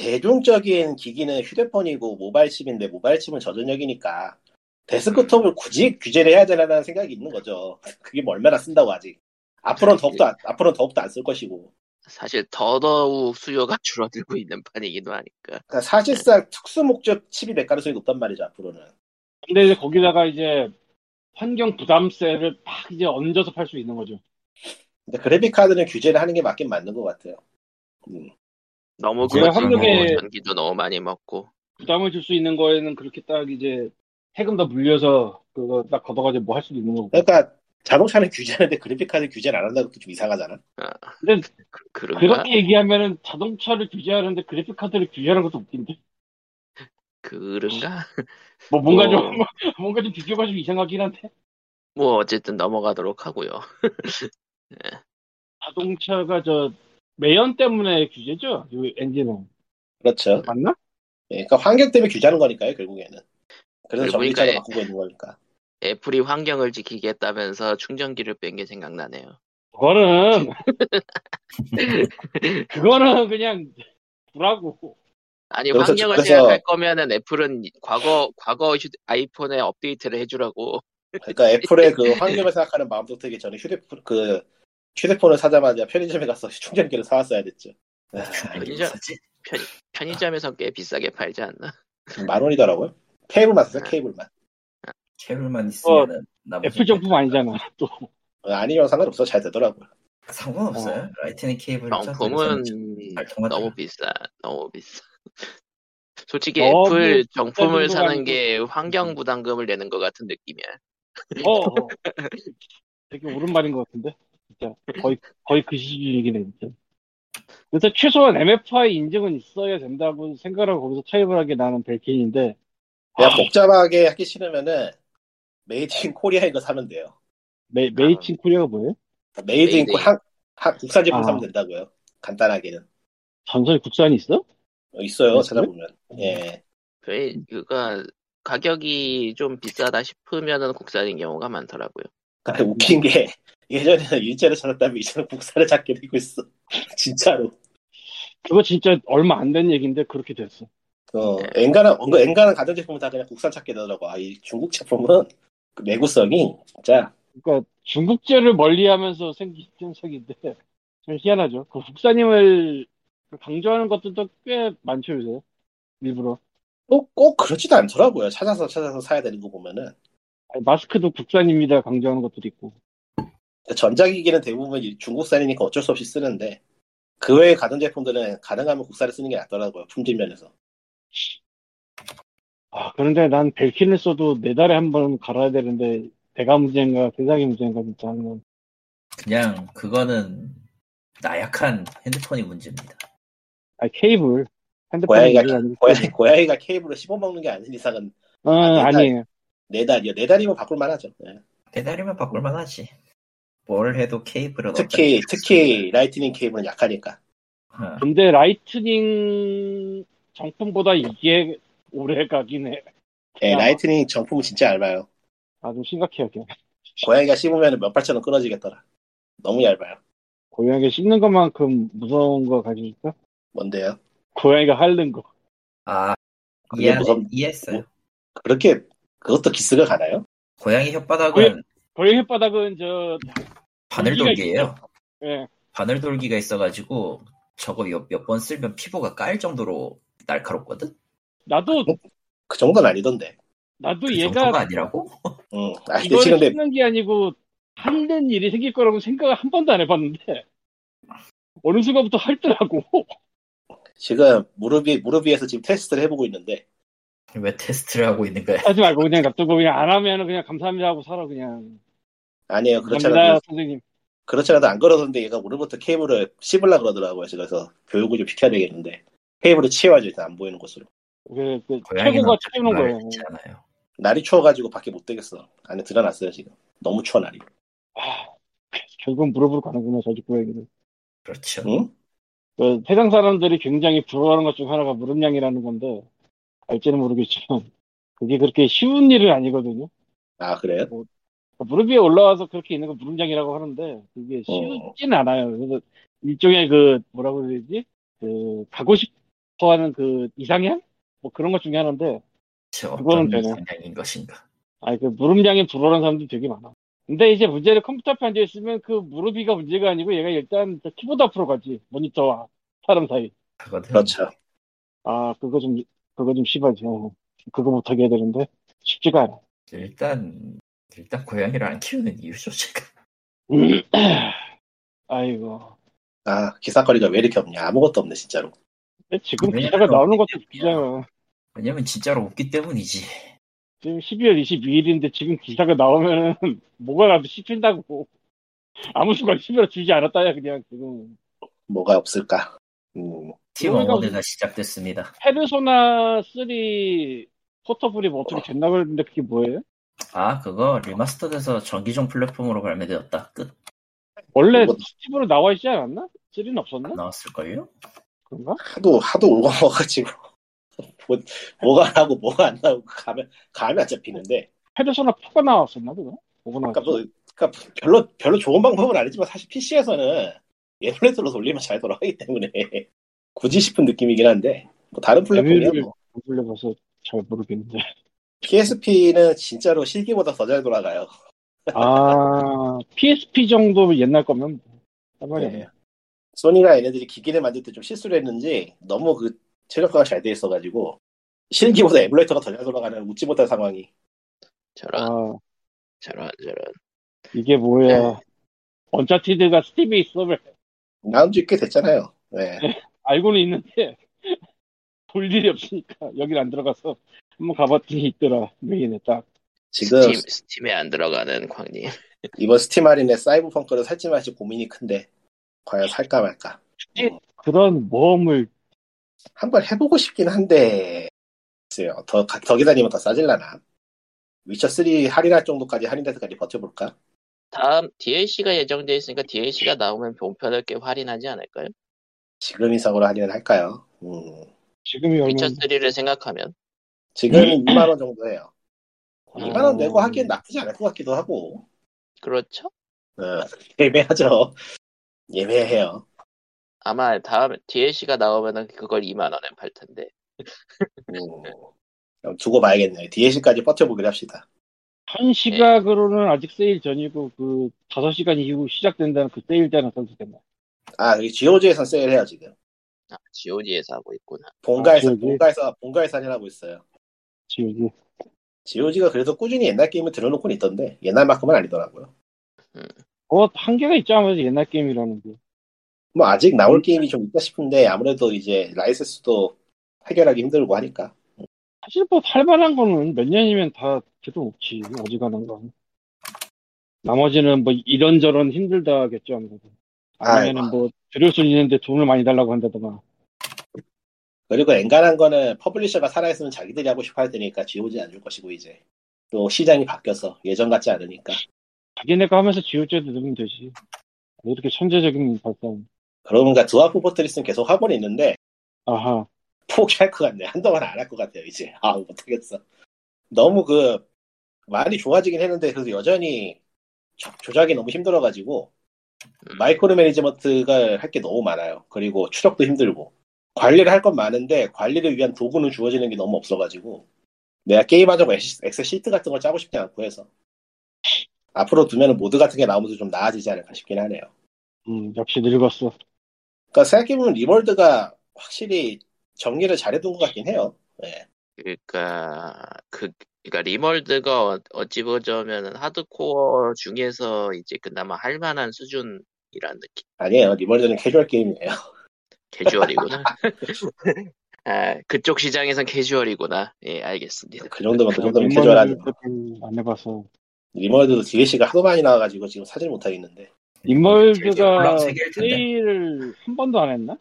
Speaker 3: 대중적인 기기는 휴대폰이고 모바일 칩인데 모바일 칩은 저전력이니까 데스크톱을 굳이 규제를 해야 되라는 생각이 있는 거죠. 그게 뭐 얼마나 쓴다고 아직. 앞으로는 더욱더 안- 앞으로는 더욱더 안 쓸 것이고.
Speaker 1: 사실 더더욱 수요가 줄어들고 있는 판이기도 하니까.
Speaker 3: 그러니까 사실상 특수 목적 칩이 될 가능성이 높단 말이죠 앞으로는.
Speaker 4: 근데 이제 거기다가 이제 환경 부담세를 막 이제 얹어서 팔 수 있는 거죠.
Speaker 3: 근데 그래픽 카드는 규제를 하는 게 맞긴 맞는 것 같아요. 음.
Speaker 1: 너무
Speaker 4: 이제
Speaker 1: 그렇고
Speaker 4: 한국에-
Speaker 1: 전기도 너무 많이 먹고.
Speaker 4: 부담을 줄 수 있는 거에는 그렇게 딱 이제 세금 다 물려서 그거 딱 걷어가지고 뭐 할 수도 있는 거고.
Speaker 3: 그러니까 자동차는 규제하는데 그래픽 카드 규제를 안 한다는 것도 좀 이상하잖아.
Speaker 1: 그, 그런가?
Speaker 4: 그렇게 얘기하면은 자동차를 규제하는데 그래픽 카드를 규제하는 것도 웃긴데.
Speaker 1: 그런가?
Speaker 4: 뭐 뭔가 좀
Speaker 1: 어.
Speaker 4: 뭔가 좀 비교가 좀 이상하긴 한데
Speaker 1: 뭐 어쨌든 넘어가도록 하고요.
Speaker 4: 자동차가 저 매연 때문에 규제죠? 이 엔진은
Speaker 3: 그렇죠.
Speaker 4: 맞나?
Speaker 3: 예, 그러니까 환경 때문에 규제하는 거니까요 결국에는. 그래서
Speaker 1: 그리고
Speaker 3: 전기차로
Speaker 1: 그러니까
Speaker 3: 바꾸고 있는 거니까.
Speaker 1: 애플이 환경을 지키겠다면서 충전기를 뺀 게 생각나네요.
Speaker 4: 그거는 그거는 그냥 구라고
Speaker 1: 아니
Speaker 3: 그래서-
Speaker 1: 환경을
Speaker 3: 그래서-
Speaker 1: 생각할 거면은 애플은 과거 과거 휴- 아이폰에 업데이트를 해주라고
Speaker 3: 그러니까 애플의
Speaker 1: 네.
Speaker 3: 그 환경을 생각하는 마음도 되게 저는 휴대폰 그 휴대폰을 사자마자 편의점에 가서 충전기를 사왔어야 됐죠.
Speaker 1: 편의점- 편의점에서 꽤 비싸게 팔지 않나?
Speaker 3: 만 원이더라고요. 케이블만 샀어요
Speaker 1: 네.
Speaker 3: 케이블만.
Speaker 1: 어,
Speaker 2: 캐롤만 있으면은 나머지
Speaker 4: 애플 정품 아니잖아 또
Speaker 3: 어, 아니면 상관없어 잘 되더라고요.
Speaker 2: 상관없어요. 라이트닝 케이블
Speaker 1: 정품은
Speaker 2: 잘 통하더라.
Speaker 1: 너무 비싸, 너무 비싸. 솔직히
Speaker 4: 너무
Speaker 1: 애플 정품을
Speaker 4: 정도가
Speaker 1: 사는
Speaker 4: 아니고.
Speaker 1: 게 환경 부담금을 내는 것 같은 느낌이야.
Speaker 4: 어, 어. 되게 옳은 말인 것 같은데 진짜 거의 거의 그 시기이긴 해 진짜 그래서 최소한 MFI 인증은 있어야 된다고 생각하고 거기서 타협을 하게 나는 벨킨인데
Speaker 3: 그냥 복잡하게 하기 싫으면은 메이드 인 코리아인 거 사면 돼요.
Speaker 4: 메, 메이친 코리아가 뭐예요?
Speaker 3: 메이드 인
Speaker 1: 메이드
Speaker 3: 코- 한, 한 국산 제품
Speaker 4: 아.
Speaker 3: 사면 된다고요. 간단하게는
Speaker 4: 전설 국산이 있어?
Speaker 3: 어, 있어요
Speaker 4: 그래?
Speaker 3: 찾아보면. 예.
Speaker 1: 그- 그가 가격이 좀 비싸다 싶으면은 국산인 경우가 많더라고요.
Speaker 3: 근데 웃긴 게 예전에는 일제를 찾았다면 이제는 국산을 찾게 되고 있어. 진짜로.
Speaker 4: 그거 진짜 얼마 안 된 얘기인데 그렇게 됐어
Speaker 3: 어,
Speaker 1: 네.
Speaker 3: 엔간한, 뭔가 엔간한 가전제품은 다 그냥 국산 찾게 되더라고. 아, 이 중국 제품은 그 내구성이 진짜.
Speaker 4: 그러니까 중국제를 멀리하면서 생긴 현상인데 좀 희한하죠. 그 국산임을 강조하는 것들도 꽤 많죠 요새 일부러
Speaker 3: 꼭, 꼭 그러지도 않더라고요. 찾아서 찾아서 사야 되는 거 보면은.
Speaker 4: 아니, 마스크도 국산입니다 강조하는 것들도 있고
Speaker 3: 전자기기는 대부분 이- 중국산이니까 어쩔 수 없이 쓰는데, 그 외의 가전제품들은 가능하면 국산을 쓰는 게 낫더라고요. 품질 면에서.
Speaker 4: 아 그런데 난 벨킨을 써도 네 달에 한 번 갈아야 되는데 내가 문제인가 세상이 문제인가 진짜 하는
Speaker 2: 그냥 그거는 나약한 핸드폰이 문제입니다.
Speaker 4: 아 케이블 핸드폰
Speaker 3: 고양이가,
Speaker 4: 문제가 아니고
Speaker 3: 고양이, 고양이가 케이블을 씹어먹는 게 아닌 이상은
Speaker 4: 어
Speaker 3: 아, 네
Speaker 4: 아니에요
Speaker 3: 네 달이요. 네 달이면 바꿀만 하죠.
Speaker 2: 배달이면 바꿀만 하지. 뭘 해도 케이블은
Speaker 3: 특히,
Speaker 2: 어차피
Speaker 3: 특히 라이트닝 케이블은 약하니까.
Speaker 2: 어,
Speaker 4: 근데 라이트닝 정품보다 이게 오래 가긴 해.
Speaker 3: 예,
Speaker 4: 아.
Speaker 3: 라이트닝 정품은 진짜 얇아요.
Speaker 4: 아좀 심각해요. 그냥.
Speaker 3: 고양이가 씹으면 몇 발처럼 끊어지겠더라. 너무 얇아요.
Speaker 4: 고양이 씹는 것만큼 무서운 거 가지고 있어?
Speaker 3: 뭔데요?
Speaker 4: 고양이가 핥는 거.
Speaker 2: 아
Speaker 3: 그게
Speaker 2: 이해
Speaker 3: 무섭- 뭐?
Speaker 2: 이해했어요.
Speaker 3: 그렇게 그것도 기스가 가나요?
Speaker 2: 고양이 혓바닥은
Speaker 4: 고양이 혓바닥은 저,
Speaker 2: 바늘돌기예요.
Speaker 4: 예.
Speaker 2: 바늘돌기가 있어가지고 저거 몇 번 쓸면 피부가 깔 정도로 날카롭거든.
Speaker 4: 나도,
Speaker 3: 그 정도는 아니던데.
Speaker 4: 나도
Speaker 2: 그 정도가
Speaker 4: 얘가
Speaker 2: 아니라고?
Speaker 3: 응. 아, 근데
Speaker 4: 이거를
Speaker 3: 지금 근데
Speaker 4: 씹는 게 아니고 핥는 일이 생길 거라고 생각을 한 번도 안 해봤는데, 어느 순간부터 핥더라고.
Speaker 3: 지금 무릎 위 무릎 위에서 지금 테스트를 해보고 있는데
Speaker 2: 왜 테스트를 하고 있는 거야?
Speaker 4: 하지 말고 그냥 놔두고 그냥 안 하면 그냥 감사합니다 하고 살아 그냥.
Speaker 3: 아니에요
Speaker 4: 감사합니다
Speaker 3: 그렇잖아요
Speaker 4: 선생님.
Speaker 3: 그렇잖아도 안 걸어서는데 얘가 오늘부터 케이블을 씹으려 그러더라고요. 그래서 교육을 좀 시켜야 되겠는데 케이블을 치워야죠. 일단 안 보이는 곳으로.
Speaker 4: 그, 그
Speaker 2: 고양이는
Speaker 4: 최고가
Speaker 2: 어차피
Speaker 4: 채우는
Speaker 2: 말
Speaker 4: 거예요.
Speaker 2: 듣잖아요.
Speaker 3: 날이 추워가지고 밖에 못 되겠어. 안에 드러났어요 지금. 너무 추워 날이.
Speaker 4: 아, 결국은 무릎으로 가는구나 저집 고양이는.
Speaker 2: 그렇죠.
Speaker 3: 응?
Speaker 4: 그 세상 사람들이 굉장히 부러워하는 것 중 하나가 무릎양이라는 건데 알지는 모르겠지만 그게 그렇게 쉬운 일은 아니거든요.
Speaker 3: 아 그래요?
Speaker 4: 그러니까 무릎 위에 올라와서 그렇게 있는 거 무릎양이라고 하는데
Speaker 2: 어.
Speaker 4: 그게 쉽진 않아요. 그래서 일종의 그 뭐라고 해야 되지? 그 가고 싶어하는 그 이상향? 뭐 그런 것 중에 하나인데
Speaker 2: 그렇죠. 어떤
Speaker 4: 그거는 되네.
Speaker 2: 상향인 것인가?
Speaker 4: 아니 그 무릎양이 부러워하는 사람들이 되게 많아. 근데 이제 문제를 컴퓨터 앞에 앉아 있으면 그 무릎 위가 문제가 아니고 얘가 일단 저 키보드 앞으로 가지 모니터와 사람 사이.
Speaker 2: 하거든.
Speaker 3: 그렇죠.
Speaker 4: 아, 그거 좀, 그거 좀 심하지. 어, 그거 못하게 해야 되는데, 쉽지가 않아.
Speaker 2: 일단 일단 고양이를 안 키우는 이유 자체가
Speaker 4: 아이고.
Speaker 3: 아 기사거리가 왜 이렇게 없냐? 아무것도 없네 진짜로.
Speaker 4: 근데 지금
Speaker 2: 어, 왜냐면
Speaker 4: 기사가 나오는 것도
Speaker 2: 없기 때문이야.
Speaker 4: 기자야.
Speaker 2: 왜냐면 진짜로 없기 때문이지.
Speaker 4: 지금 12월 22일인데 지금 기사가 나오면은, 뭐가 나도 씹힌다고. 아무 순간 12월 주지 않았다야, 그냥 지금.
Speaker 3: 뭐가 없을까? 음,
Speaker 2: 팀
Speaker 4: 우리가
Speaker 2: 어워드가 시작됐습니다.
Speaker 4: 페르소나 3 포터블이 뭐 어떻게 됐나 그랬는데 그게 뭐예요?
Speaker 2: 아 그거 리마스터돼서 전기종 플랫폼으로 발매되었다. 끝
Speaker 4: 원래
Speaker 3: 뭐-
Speaker 4: 스팀으로 나와 있지 않았나? 3는 없었나?
Speaker 2: 나왔을걸요?
Speaker 4: 그런가?
Speaker 3: 하도 하도 오가 먹어가지고 뭐, 뭐가 나오고 뭐가 안 나오고 감에 감이 안 잡히는데.
Speaker 4: 페르소나 4가 나왔었나, 그거? 뭐가
Speaker 3: 그러니까
Speaker 4: 나왔지?
Speaker 3: 뭐 그러니까 별로 별로 좋은 방법은 아니지만 사실 PC에서는 에뮬레이터로 돌리면 잘 돌아가기 때문에 굳이 싶은 느낌이긴 한데 뭐 다른 플랫폼이야. 뭐.
Speaker 4: 안 돌려봐서 잘 모르겠는데.
Speaker 3: PSP는 진짜로 실기보다 더 잘 돌아가요.
Speaker 4: 아, PSP 정도 옛날 거면 뭐 할 말이
Speaker 3: 네.
Speaker 4: 없네.
Speaker 3: 소니가 얘네들이 기기를 만들 때 좀 실수를 했는지 너무 그 최적화가 잘 돼 있어가지고 실기보다 에뮬레이터가 더 잘 돌아가는 웃지 못한 상황이
Speaker 1: 저런
Speaker 4: 아,
Speaker 1: 저런 저런
Speaker 4: 이게 뭐야.
Speaker 3: 네.
Speaker 4: 언차티드가 스팀에 있어. 왜?
Speaker 3: 나온 지 꽤 됐잖아요. 네.
Speaker 4: 알고는 있는데, 볼 일이 없으니까, 여길 안 들어가서, 한번 가봤더니 있더라, 메인에 딱.
Speaker 3: 지금
Speaker 1: 스팀, 스팀에 안 들어가는 광님
Speaker 3: 이번 스팀 할인에 사이버펑크를 살지 말지 고민이 큰데 과연 살까 말까
Speaker 4: 그런 모험을,
Speaker 3: 한번 해보고 싶긴 한데 글쎄요 더, 가- 더 기다리면 더 싸질라나 위쳐3 할인할 정도까지 할인돼서까지 버텨볼까?
Speaker 1: 다음 DLC가 예정되어 있으니까 DLC가 나오면 본편을 꽤 할인하지 않을까요?
Speaker 3: 지금 이상으로 할인을 할까요? 음.
Speaker 4: 지금이 얼마,
Speaker 1: 위쳐3를 생각하면
Speaker 3: 지금 2만원 정도예요
Speaker 4: 아.
Speaker 3: 2만원 내고 하기엔 나쁘지 않을 것 같기도 하고
Speaker 1: 그렇죠?
Speaker 3: 어, 예매하죠. 예매해요.
Speaker 1: 아마 다음 DLC가 나오면은 그걸 2만 원에 팔 텐데
Speaker 3: 음. 그럼 두고 봐야겠네요. DLC까지 버텨보기로 합시다.
Speaker 4: 한 시각으로는 아직 세일 전이고, 그, 5시간 이후 시작된다는 그 세일 때는 선수됐나.
Speaker 3: 아, 여기 GOG에선 세일해요, 지금.
Speaker 1: 아, GOG에서 하고 있구나.
Speaker 3: 본가에서,
Speaker 4: 아, GOG?
Speaker 3: 본가에서, 본가에서 할인하고 있어요.
Speaker 4: 지금,
Speaker 3: GOG가 그래도 꾸준히 옛날 게임을 들여놓고는 있던데, 옛날만큼은 아니더라고요.
Speaker 4: 뭐, 한계가 있지 않아서 옛날 게임이라는 게.
Speaker 3: 뭐, 아직 나올 게임이 좀 있다 싶은데, 아무래도 이제 라이센스도 해결하기 힘들고 하니까.
Speaker 4: 사실 뭐 할만한 거는 몇 년이면 다 계속 없지 어지간한 건 나머지는 뭐 이런저런 힘들다겠죠 아무래도 아니면은
Speaker 3: 아이고.
Speaker 4: 뭐 들을 수 있는데 돈을 많이 달라고 한다던가
Speaker 3: 그리고 엔간한 거는 퍼블리셔가 살아있으면 자기들이 하고 싶어 할 테니까 GOG 안 줄 것이고, 이제. 또 시장이 바뀌어서 예전 같지 않으니까.
Speaker 4: 자기네가 하면서 지울죄도 넣으면 되지 왜 이렇게 천재적인 발상
Speaker 3: 그러니까 드와프 포트리스는 계속 학원에 있는데,
Speaker 4: 아하
Speaker 3: 포기할 것 같네. 한동안 안 할 것 같아요, 이제. 아, 못하겠어. 너무 그, 많이 좋아지긴 했는데, 그래도 여전히 조- 조작이 너무 힘들어가지고, 마이크로 매니지먼트가 할 게 너무 많아요. 그리고 추적도 힘들고. 관리를 할 건 많은데, 관리를 위한 도구는 주어지는 게 너무 없어가지고, 내가 게임하자고 엑시- 엑셀 시트 같은 걸 짜고 싶지 않고 해서. 앞으로 두면 모드 같은 게 나오면서 좀 나아지지 않을까 싶긴 하네요.
Speaker 4: 음 역시 늙었어
Speaker 3: 그러니까 생각해보면 리월드가 확실히 정리를 잘해둔 것 같긴 해요. 예.
Speaker 1: 그러니까 그 그러니까 리멀드가 어- 어찌 보자면은 하드코어 중에서 이제 그나마 할 만한 수준이라는 느낌.
Speaker 3: 아니에요. 리멀드는 캐주얼 게임이에요.
Speaker 1: 캐주얼이구나. 아, 그쪽 시장에선 캐주얼이구나. 예, 알겠습니다.
Speaker 3: 그 정도면
Speaker 1: 아,
Speaker 3: 그 정도면 캐주얼한
Speaker 4: 음, 안 해봐서
Speaker 3: 리머드도 DLC가 하도 많이 나와가지고 지금 사질 못하겠는데
Speaker 4: 인멀드가
Speaker 2: 세계일 텐데.
Speaker 4: 세일을 한 번도 안 했나?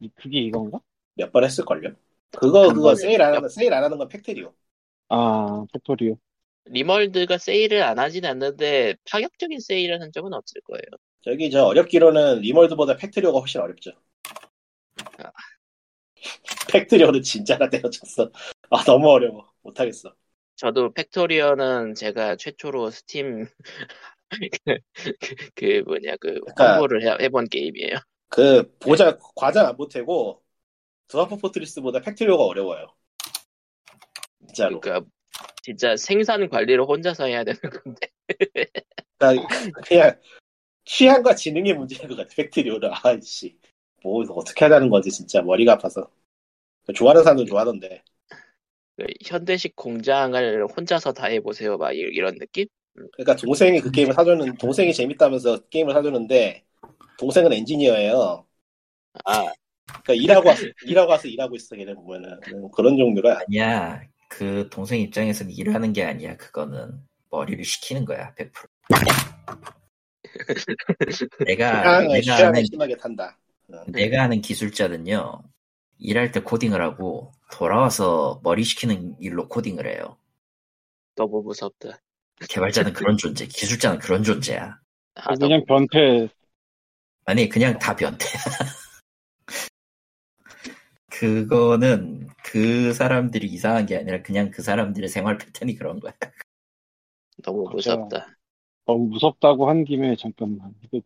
Speaker 4: 이- 그게 이건가?
Speaker 3: 몇 번 했을걸요? 그거 그거
Speaker 1: 번.
Speaker 3: 세일 안 하는 세일 안 하는 건 팩트리오.
Speaker 4: 아 팩토리요
Speaker 1: 리멀드가 세일을 안 하진 않는데 파격적인 세일을 한 적은 없을 거예요.
Speaker 3: 저기 저 어렵기로는 리멀드보다 팩트리오가 훨씬 어렵죠.
Speaker 1: 아.
Speaker 3: 팩트리오는 진짜나 때려쳤어. 아 너무 어려워 못하겠어.
Speaker 1: 저도 팩토리어는 제가 최초로 스팀 그, 그- 그 뭐냐 그
Speaker 3: 그러니까-
Speaker 1: 홍보를 해- 해본 게임이에요.
Speaker 3: 그 보자 과장 안 보태고 드와프 포트리스보다 팩트리오가 어려워요. 진짜로.
Speaker 1: 그러니까 진짜 생산 관리를 혼자서 해야 되는 건데
Speaker 3: 그러니까 그냥 취향과 지능의 문제인 것 같아. 팩트리오는 아이씨 뭐 어떻게 하자는 건지 진짜 머리가 아파서. 좋아하는 사람들 좋아하던데
Speaker 1: 그 현대식 공장을 혼자서 다 해보세요 막 이- 이런 느낌?
Speaker 3: 그러니까 동생이 그 게임을 사줬는 동생이 재밌다면서 게임을 사줬는데 동생은 엔지니어예요.
Speaker 1: 아
Speaker 3: 그러니까 일하고 와서 일하고 와서 일하고 있어 걔네 보면은 뭐 그냥 그런 종류라
Speaker 2: 아니야. 그 동생 입장에서는 일하는 게 아니야. 그거는 머리를 식히는 거야. 100%. 아, 내가 내가
Speaker 3: 취향을
Speaker 2: 하는
Speaker 3: 취향을 심하게 탄다.
Speaker 2: 내가 하는 기술자는요. 일할 때 코딩을 하고 돌아와서 머리 식히는 일로 코딩을 해요.
Speaker 1: 너무 무섭다.
Speaker 2: 개발자는 그런 존재, 기술자는 그런 존재야.
Speaker 1: 아,
Speaker 4: 그냥
Speaker 1: 너무-
Speaker 4: 변태
Speaker 2: 아니 그냥 다 변태. 그거는 그 사람들이 이상한 게 아니라 그냥 그 사람들의 생활 패턴이 그런 거야.
Speaker 1: 너무 무섭다.
Speaker 4: 어, 너무 무섭다고 한 김에 잠깐만 이거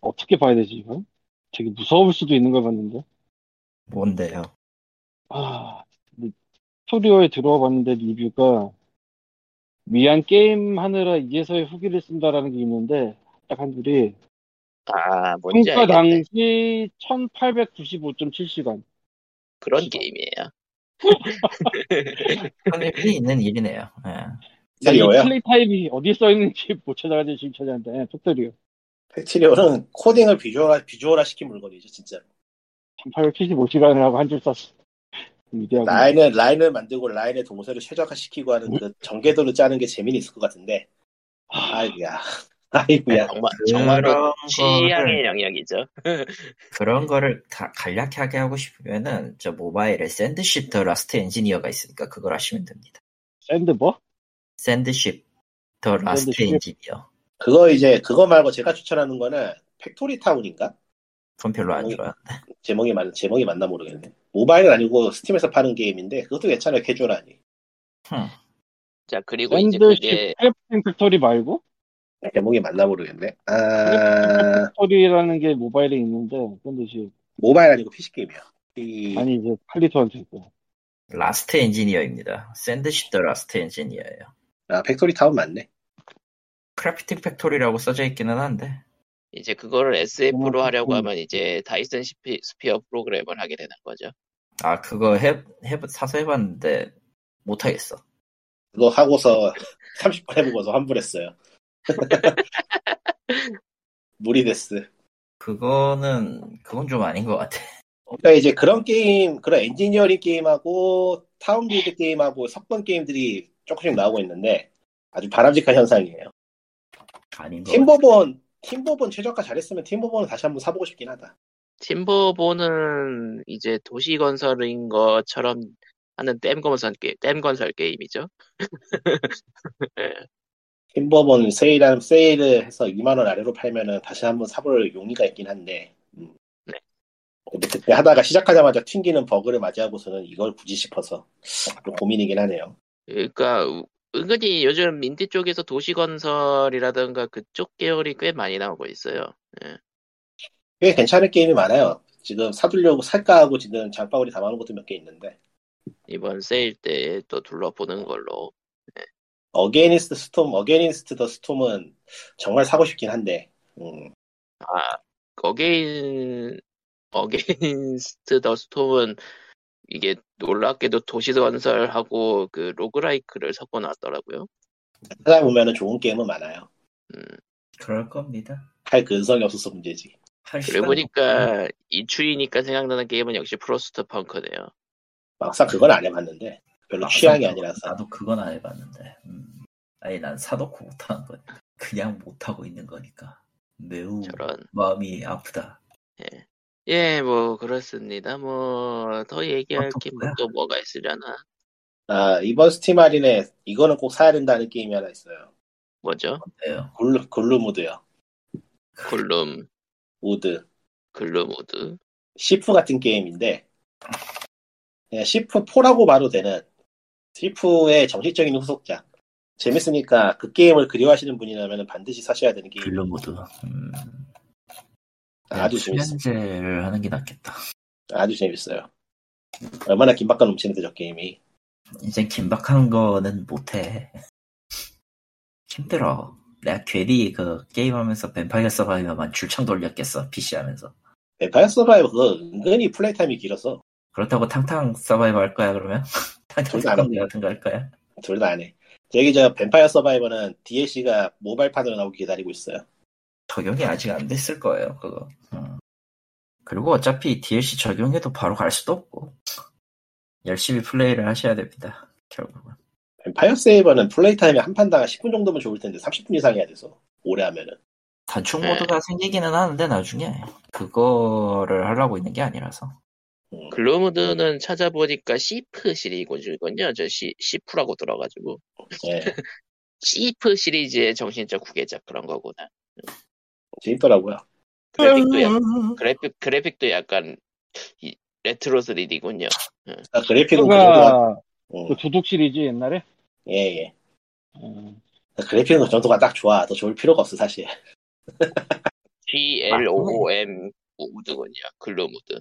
Speaker 4: 어떻게 봐야 되지 이거? 되게 무서울 수도 있는 걸 봤는데
Speaker 2: 뭔데요?
Speaker 4: 아 근데 스토리오에 들어와 봤는데 리뷰가 미안 게임 하느라 이제서야 후기를 쓴다라는 게 있는데 딱 한 줄이
Speaker 1: 아 뭔지
Speaker 4: 평가
Speaker 1: 알겠네.
Speaker 4: 당시 1895.7시간
Speaker 1: 그런 게임이에요.
Speaker 2: 흔히 있는 일이네요. 예.
Speaker 3: 팩트리오요?
Speaker 4: 플레이 타임이 어디 써 있는지 못 찾아가지고 지금 찾아는데 네, 팩토리요
Speaker 3: 팩트리오는 코딩을 비주얼화 비주얼화 시킨 물건이죠 진짜.
Speaker 4: 1875시간이라고 한 줄 썼어 위대하고
Speaker 3: 라인을 라인을 만들고 라인의 동선을 최적화 시키고
Speaker 4: 어?
Speaker 3: 하는 그 전개도를 짜는 게 재미는 있을 것 같은데 아이구야 아이구야
Speaker 1: 정말
Speaker 2: 그런
Speaker 1: 정말로
Speaker 2: 거를-
Speaker 1: 취향의 영역이죠.
Speaker 2: 그런 거를 가- 간략하게 하고 싶으면은 저 모바일에 샌드시터 라스트 엔지니어가 있으니까 그걸 하시면 됩니다.
Speaker 4: 샌드 뭐?
Speaker 2: 샌드시터 라스트
Speaker 4: 샌드쉽?
Speaker 2: 엔지니어.
Speaker 3: 그거 이제 그거 말고 제가 추천하는 거는 팩토리 타운인가
Speaker 2: 그건 별로 안
Speaker 3: 어이.
Speaker 2: 좋아.
Speaker 3: 제목이 맞 제목이 맞나 모르겠네. 모바일은 아니고 스팀에서 파는 게임인데 그것도 괜찮아요 캐주얼하니.
Speaker 1: 자 그리고 이제 그게
Speaker 4: 샌드쉽 탭 팩토리 말고
Speaker 3: 제목이 맞나 모르겠네. 아
Speaker 4: 스토리라는 게 모바일에 있는데 그런 듯이
Speaker 3: 모바일 아니고 PC 게임이야. 이
Speaker 4: 아니 이제 칼리토한테 있고
Speaker 2: 라스트 엔지니어입니다. 샌드시터 라스트 엔지니어예요.
Speaker 3: 아, 팩토리 타운 맞네.
Speaker 2: 크래프팅 팩토리라고 써져 있기는 한데
Speaker 1: 이제 그거를 SF로
Speaker 4: 음,
Speaker 1: 하려고
Speaker 4: 음.
Speaker 1: 하면 이제 다이슨 스피, 스피어 프로그램을 하게 되는 거죠.
Speaker 2: 아 그거 해, 해 사서 해봤는데 못하겠어.
Speaker 3: 그거 하고서 30분 해보고서 환불했어요. 무리데스.
Speaker 2: 그거는 그건 좀 아닌 것 같아.
Speaker 3: 그러니까 이제 그런 게임, 그런 엔지니어링 게임하고 타운 빌드 게임하고 섞은 게임들이 조금씩 나오고 있는데 아주 바람직한 현상이에요.
Speaker 2: 아닌 것 같아.
Speaker 3: 팀버본, 팀버본 최저가 잘했으면 팀버본은 다시 한번 사보고 싶긴 하다.
Speaker 1: 팀버보는 이제 도시 건설인 것처럼 하는 댐 건설 게 댐 건설 게임이죠.
Speaker 3: 팀버본 세일하는 세일을 해서 2만 원 아래로 팔면은 다시 한번 사볼 용의가 있긴 한데. 음.
Speaker 1: 네.
Speaker 3: 근데 그때 하다가 시작하자마자 튕기는 버그를 맞이하고서는 이걸 굳이 싶어서 좀 고민이긴 하네요.
Speaker 1: 그러니까 우- 은근히 요즘 인디 쪽에서 도시 건설이라든가 그쪽 계열이 꽤 많이 나오고 있어요.
Speaker 3: 꽤 괜찮은 게임이 많아요. 지금 사두려고 살까 하고 지금 장바구니 담아놓은 것도 몇 개 있는데.
Speaker 1: 이번 세일 때 또 둘러보는 걸로.
Speaker 3: 어게인스트 스톰, 어게인스트 더 스톰은 정말 사고 싶긴 한데. 음.
Speaker 1: 아, 어게인 어게인스트 더 스톰은 이게 놀랍게도 도시 건설하고 그 로그라이크를 섞어 놨더라고요.
Speaker 3: 찾아보면은 좋은 게임은 많아요.
Speaker 1: 음.
Speaker 2: 그럴 겁니다.
Speaker 3: 할 근성이 없어서 문제지.
Speaker 2: 할
Speaker 1: 그리고
Speaker 2: 시간이 네.
Speaker 1: 보니까 이 추위니까 생각나는 게임은 역시 프로스트 펑크네요.
Speaker 3: 막상 그건 안 해봤는데 별로 취향이
Speaker 2: 막상
Speaker 3: 아니라서
Speaker 2: 나도 그건 안 해봤는데 음. 아니 난 사놓고 못하는 거니까 그냥 못하고 있는 거니까 매우
Speaker 1: 저런.
Speaker 2: 마음이 아프다
Speaker 1: 예, 뭐 그렇습니다. 뭐 더 얘기할
Speaker 2: 어떡해.
Speaker 1: 게 또 뭐가 있으려나?
Speaker 3: 아, 이번 스팀 할인에 이거는 꼭 사야 된다는 게임이 하나 있어요.
Speaker 1: 뭐죠?
Speaker 2: 어때요?
Speaker 3: 골루, 골루무드요.
Speaker 1: 글룸,
Speaker 3: 우드.
Speaker 1: 글루모드.
Speaker 3: 시프 같은 게임인데, 그냥 시프4라고 봐도 되는 시프의 정식적인 후속작. 재밌으니까 그 게임을 그리워하시는 분이라면 반드시 사셔야 되는 게임.
Speaker 2: 빌로모드 음.
Speaker 3: 아주 재밌어요.
Speaker 2: 수면제를 하는 게 낫겠다
Speaker 3: 아주 재밌어요. 얼마나 긴박감 넘치는데, 저 게임이.
Speaker 2: 이제 긴박한 거는 못해 힘들어 내가 괜히 그 게임하면서 뱀파이어 서바이어만 줄창 돌렸겠어 PC 하면서
Speaker 3: 뱀파이어 서바이버 그거 은근히 플레이타임이 길어서
Speaker 2: 그렇다고 탕탕 서바이어 할 거야 그러면? 탕탕
Speaker 3: 둘다 안
Speaker 2: 서바이어 같은 거 할 거야?
Speaker 3: 둘 다 안 해. 저기 저 뱀파이어 서바이버는 DLC가 모바일판으로 나오기 기다리고 있어요.
Speaker 2: 적용이 아직 안 됐을 거예요, 그거. 음. 그리고 어차피 DLC 적용해도 바로 갈 수도 없고. 열심히 플레이를 하셔야 됩니다, 결국은.
Speaker 3: 뱀파이어 세이버는 플레이 타임이 한 판당 10분 정도면 좋을 텐데 30분 이상 해야 돼서 오래 하면은
Speaker 2: 단축
Speaker 1: 네.
Speaker 2: 모드가 생기기는 하는데, 나중에. 그거를 하려고 있는 게 아니라서.
Speaker 3: 음,
Speaker 1: 글루모드는 찾아보니까 시프 시리즈군요. 저 시, 시프라고 들어가지고.
Speaker 3: 예,
Speaker 1: 시프 시리즈의 정신적 후계작 그런 거구나.
Speaker 3: 재밌더라고요.
Speaker 1: 그래픽도
Speaker 3: 음.
Speaker 1: 약, 그래픽, 그래픽도 약간 이- 레트로 3D군요.
Speaker 3: 아, 그래픽은 그 정도가
Speaker 4: 그가
Speaker 3: 음,
Speaker 4: 그 도둑 시리즈 옛날에
Speaker 3: 예, 예.
Speaker 4: 어,
Speaker 3: 그래픽은 그 정도가 딱 좋아. 더 좋을 필요가 없어 사실.
Speaker 1: GLOM 우드군요. 글루모드.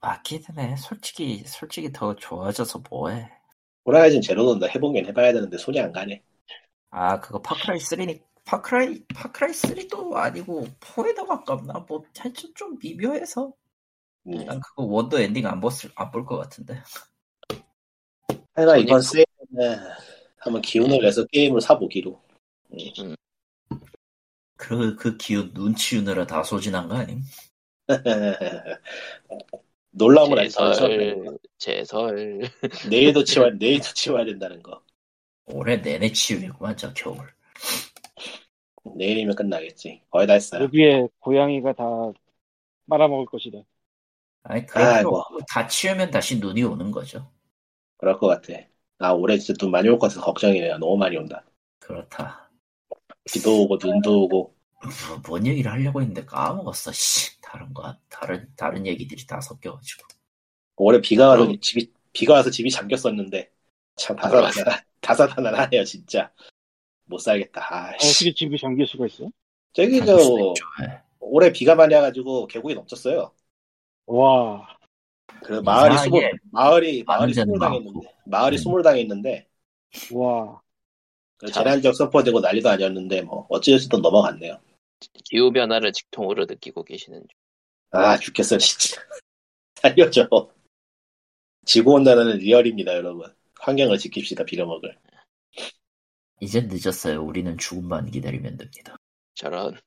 Speaker 2: 맞기는 해. 솔직히, 솔직히 더 좋아져서 뭐해.
Speaker 3: 호라이즌 제로는 나 해보긴 해봐야 되는데 손이 안 가네.
Speaker 2: 아, 그거 파크라이 3니, 파크라이, 파크라이 3도 아니고, 4에다 가깝나? 뭐, 하여튼 좀 미묘해서.
Speaker 3: 음.
Speaker 2: 난 그거 원도 엔딩 안 봤을, 안볼 것 같은데.
Speaker 3: 하여간 이번
Speaker 1: 손이-
Speaker 3: 세일은 한번 기운을 내서 게임을 사보기로.
Speaker 2: 그, 그 기운 눈치 우느라 다 소진한 거 아님?
Speaker 3: 놀라운 건 아니어서
Speaker 1: 제설, 제설.
Speaker 3: 내일도 치워 내일도 치워야 된다는 거.
Speaker 2: 올해 내내 치유겠구만, 저 겨울.
Speaker 3: 내일이면 끝나겠지. 거의 다 했어요.
Speaker 4: 여기에 고양이가 다 빨아먹을 것이다.
Speaker 2: 아니, 그럴 필요
Speaker 3: 아이고.
Speaker 2: 없고, 다 치우면 다시 눈이 오는 거죠.
Speaker 3: 그럴 것 같아. 아 올해 진짜 눈 많이 올 것 같아서 걱정이네요. 너무 많이 온다.
Speaker 2: 그렇다.
Speaker 3: 비도 오고 눈도 오고
Speaker 2: 뭐, 뭔 얘기를 하려고 했는데 까먹었어, 씨. 다른 거, 다른, 다른 얘기들이 다 섞여가지고.
Speaker 3: 올해 비가 와서
Speaker 1: 그럼.
Speaker 3: 집이 비가 와서 집이 잠겼었는데 참 다사다난 다사다난하네요 진짜 못 살겠다. 아, 씨.
Speaker 4: 어떻게 집이 잠길 수가 있어?
Speaker 3: 저기
Speaker 2: 그럴
Speaker 3: 저
Speaker 2: 수도 있죠. 예.
Speaker 3: 올해 비가 많이 와가지고 계곡이 넘쳤어요.
Speaker 4: 와,
Speaker 3: 그 마을이
Speaker 2: 이상하게
Speaker 3: 수몰 마을이 마을이
Speaker 2: 많은 데는
Speaker 3: 수몰 당했는데
Speaker 2: 많고.
Speaker 3: 마을이
Speaker 2: 예. 음.
Speaker 3: 수몰 당했는데
Speaker 4: 와.
Speaker 3: 그
Speaker 1: 참.
Speaker 3: 재난적 선포되고 난리도 아니었는데 뭐 어찌어찌든 넘어갔네요.
Speaker 1: 기후 변화를 직통으로 느끼고 계시는 중.
Speaker 3: 아 죽겠어 진짜 살려줘. 지구 온난화는 리얼입니다 여러분. 환경을 지킵시다 빌어먹을.
Speaker 2: 이제 늦었어요. 우리는 죽음만 기다리면 됩니다.
Speaker 1: 저런.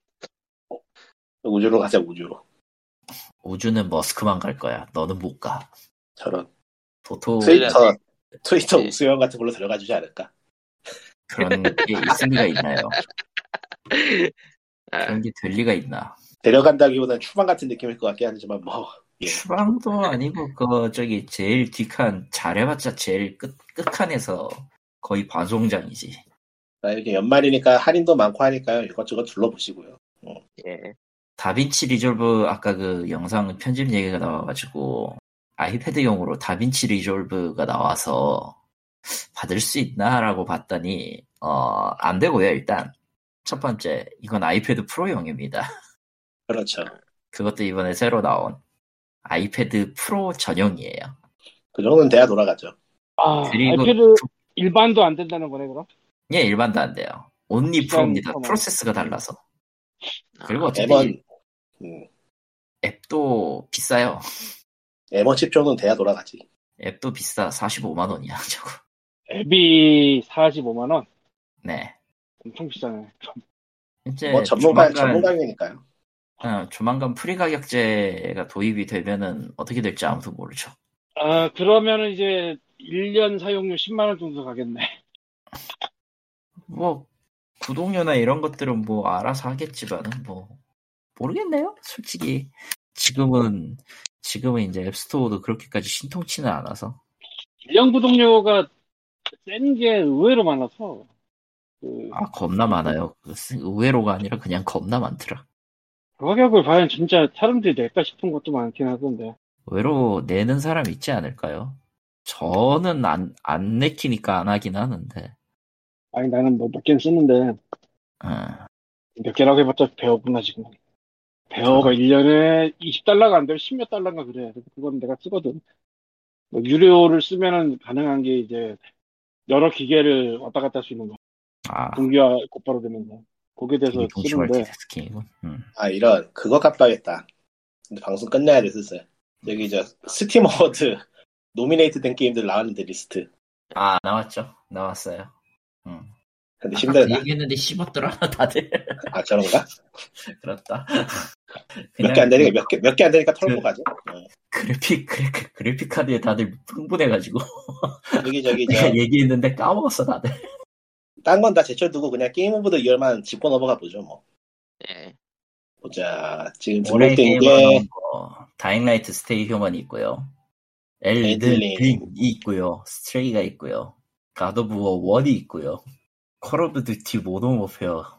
Speaker 3: 우주로 가자 우주로.
Speaker 2: 우주는 머스크만 갈 거야. 너는 못 가.
Speaker 3: 저런.
Speaker 2: 도토
Speaker 1: 큰일
Speaker 3: 트위터,
Speaker 1: 음, 났네.
Speaker 3: 트위터
Speaker 1: 예.
Speaker 3: 우수형 같은 걸로 들어가 주지 않을까?
Speaker 2: 그런 게 있을 리가 있나요?
Speaker 1: 아,
Speaker 2: 그런 게 될 리가 있나?
Speaker 3: 데려간다기보다는 추방 같은 느낌일 것 같긴 하지만 뭐 예.
Speaker 2: 추방도 아니고 그 저기 제일 뒷칸 잘해봤자 제일 끝 끝칸에서 거의 반송장이지.
Speaker 3: 아, 이렇게 연말이니까 할인도 많고 하니까요 이것저것 둘러보시고요.
Speaker 1: 예.
Speaker 2: 다빈치 리졸브 아까 그 영상 편집 얘기가 나와가지고 아이패드용으로 다빈치 리졸브가 나와서 받을 수 있나라고 봤더니 어 안 되고요 일단 첫 번째 이건 아이패드 프로용입니다.
Speaker 3: 그렇죠.
Speaker 2: 그것도 이번에 새로 나온 아이패드 프로 전용이에요.
Speaker 3: 그 정도는 돼야 돌아가죠.
Speaker 4: 아,
Speaker 2: 그리고
Speaker 4: 아이패드 일반도 안 된다는 거네, 그럼?
Speaker 2: 예, 일반도 안 돼요. 온리
Speaker 4: 시간
Speaker 2: 프로입니다.
Speaker 4: 커머.
Speaker 2: 프로세스가 달라서.
Speaker 1: 아,
Speaker 2: 그리고 어차피
Speaker 1: 네.
Speaker 3: M1 음,
Speaker 2: 앱도 비싸요.
Speaker 3: M1 칩 정도는 돼야 돌아가지.
Speaker 2: 앱도 비싸. 45만 원이야, 저거.
Speaker 4: 앱이 45만원?
Speaker 2: 네.
Speaker 4: 엄청 비싸네.
Speaker 2: 이제
Speaker 3: 뭐 전문가
Speaker 1: 네,
Speaker 2: 조만간
Speaker 3: 전문가이니까요.
Speaker 2: 어, 조만간 프리 가격제가 도입이 되면은 어떻게 될지 아무도 모르죠.
Speaker 4: 아, 그러면은 이제 1년 사용료 10만원 정도 가겠네.
Speaker 2: 뭐 구독료나 이런 것들은 뭐 알아서 하겠지만은 뭐 모르겠네요. 솔직히 지금은 지금은 이제 앱스토어도 그렇게까지 신통치는 않아서
Speaker 4: 1년 구독료가 센 게 의외로 많아서. 그,
Speaker 2: 아 겁나 많아요. 그 쓰- 의외로가 아니라 그냥 겁나 많더라.
Speaker 4: 그 가격을 과연 진짜 사람들이 낼까 싶은 것도 많긴 하던데.
Speaker 2: 의외로 내는 사람 있지 않을까요? 저는 안, 안 내키니까 안 하긴 하는데.
Speaker 4: 아니, 나는 뭐 몇 개는 쓰는데,
Speaker 2: 아,
Speaker 4: 몇 개라고 해봤자 배어구나, 지금.
Speaker 2: 아.
Speaker 4: 배어가 1년에 20달러가 안 되고 10몇 달러인가 그래. 그래서 그건 내가 쓰거든. 뭐 유료를 쓰면은 가능한 게 이제, 여러 기계를 왔다 갔다 할 수 있는 거.
Speaker 2: 아
Speaker 4: 동기화 곧바로 되는 거. 거기에 대해서
Speaker 2: 이게 동시에
Speaker 4: 쓰는데,
Speaker 2: 스킨이군. 음.
Speaker 3: 아 이런 그거 깜빡했다. 근데 방송 끝내야 돼 슬슬. 여기 저 스팀 어워드 노미네이트 된 게임들 나왔는데 리스트.
Speaker 2: 아 나왔죠. 나왔어요. 음.
Speaker 3: 근데
Speaker 2: 아까
Speaker 3: 힘들다.
Speaker 2: 그 얘기했는데 씹었더라 다들.
Speaker 3: 아 저런가?
Speaker 2: 그렇다.
Speaker 3: 몇 개 안 되니까
Speaker 2: 그냥
Speaker 3: 몇 개 몇 개 안 되니까 털고
Speaker 2: 그-
Speaker 3: 가죠.
Speaker 2: 그래픽 그래- 그래픽 카드에 다들 흥분해가지고
Speaker 3: 여기 저기
Speaker 2: 내가 얘기했는데 까먹었어 다들.
Speaker 3: 저딴 건 다 제쳐두고 그냥 게임 오브 더 이열만 짚고 넘어가 보죠 뭐.
Speaker 1: 예.
Speaker 3: 보자 지금
Speaker 2: 올해
Speaker 3: 등록된 게
Speaker 2: 게임은 뭐 다잉라이트 스테이 휴먼이 있고요. 엘든
Speaker 3: 엘든 링.
Speaker 2: 링이 있고요. 스트레이가 있고요. 가드 오브 워 1이 있고요. 콜 오브 듀티 모던 워페어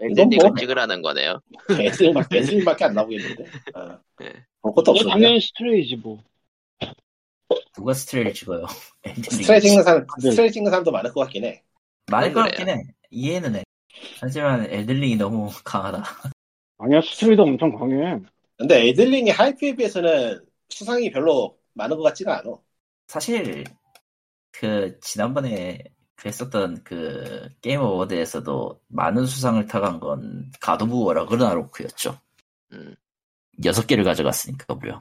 Speaker 3: 이건
Speaker 1: 엔딩을
Speaker 3: 뭐?
Speaker 1: 찍으라는 거네요.
Speaker 3: 배슬밖 배슬밖에 안 나오겠는데. 어.
Speaker 1: 네.
Speaker 3: 볼 것도
Speaker 4: 이거
Speaker 3: 없어.
Speaker 4: 당연히 스트레이지 뭐.
Speaker 2: 누가 스트레이를 찍어요? 엘든 링.
Speaker 3: 스트레이 찍는 사람 스트레이 찍는 사람도 많을 것 같긴 해.
Speaker 2: 많을 것
Speaker 1: 그래요.
Speaker 2: 같긴 해. 이해는 해. 하지만 엘든 링이 너무 강하다.
Speaker 4: 아니야, 스트레이도 엄청
Speaker 2: 음,
Speaker 4: 강해.
Speaker 3: 근데 에들링이 하이프에 비해서는 수상이 별로 많은 것 같지가 않아.
Speaker 2: 사실 그 지난번에 그랬었던 그 게임 어워드에서도 많은 수상을 타간 건 가드 오브 워라 그르나로크였죠.
Speaker 1: 음.
Speaker 2: 여섯 개를 가져갔으니까 무려.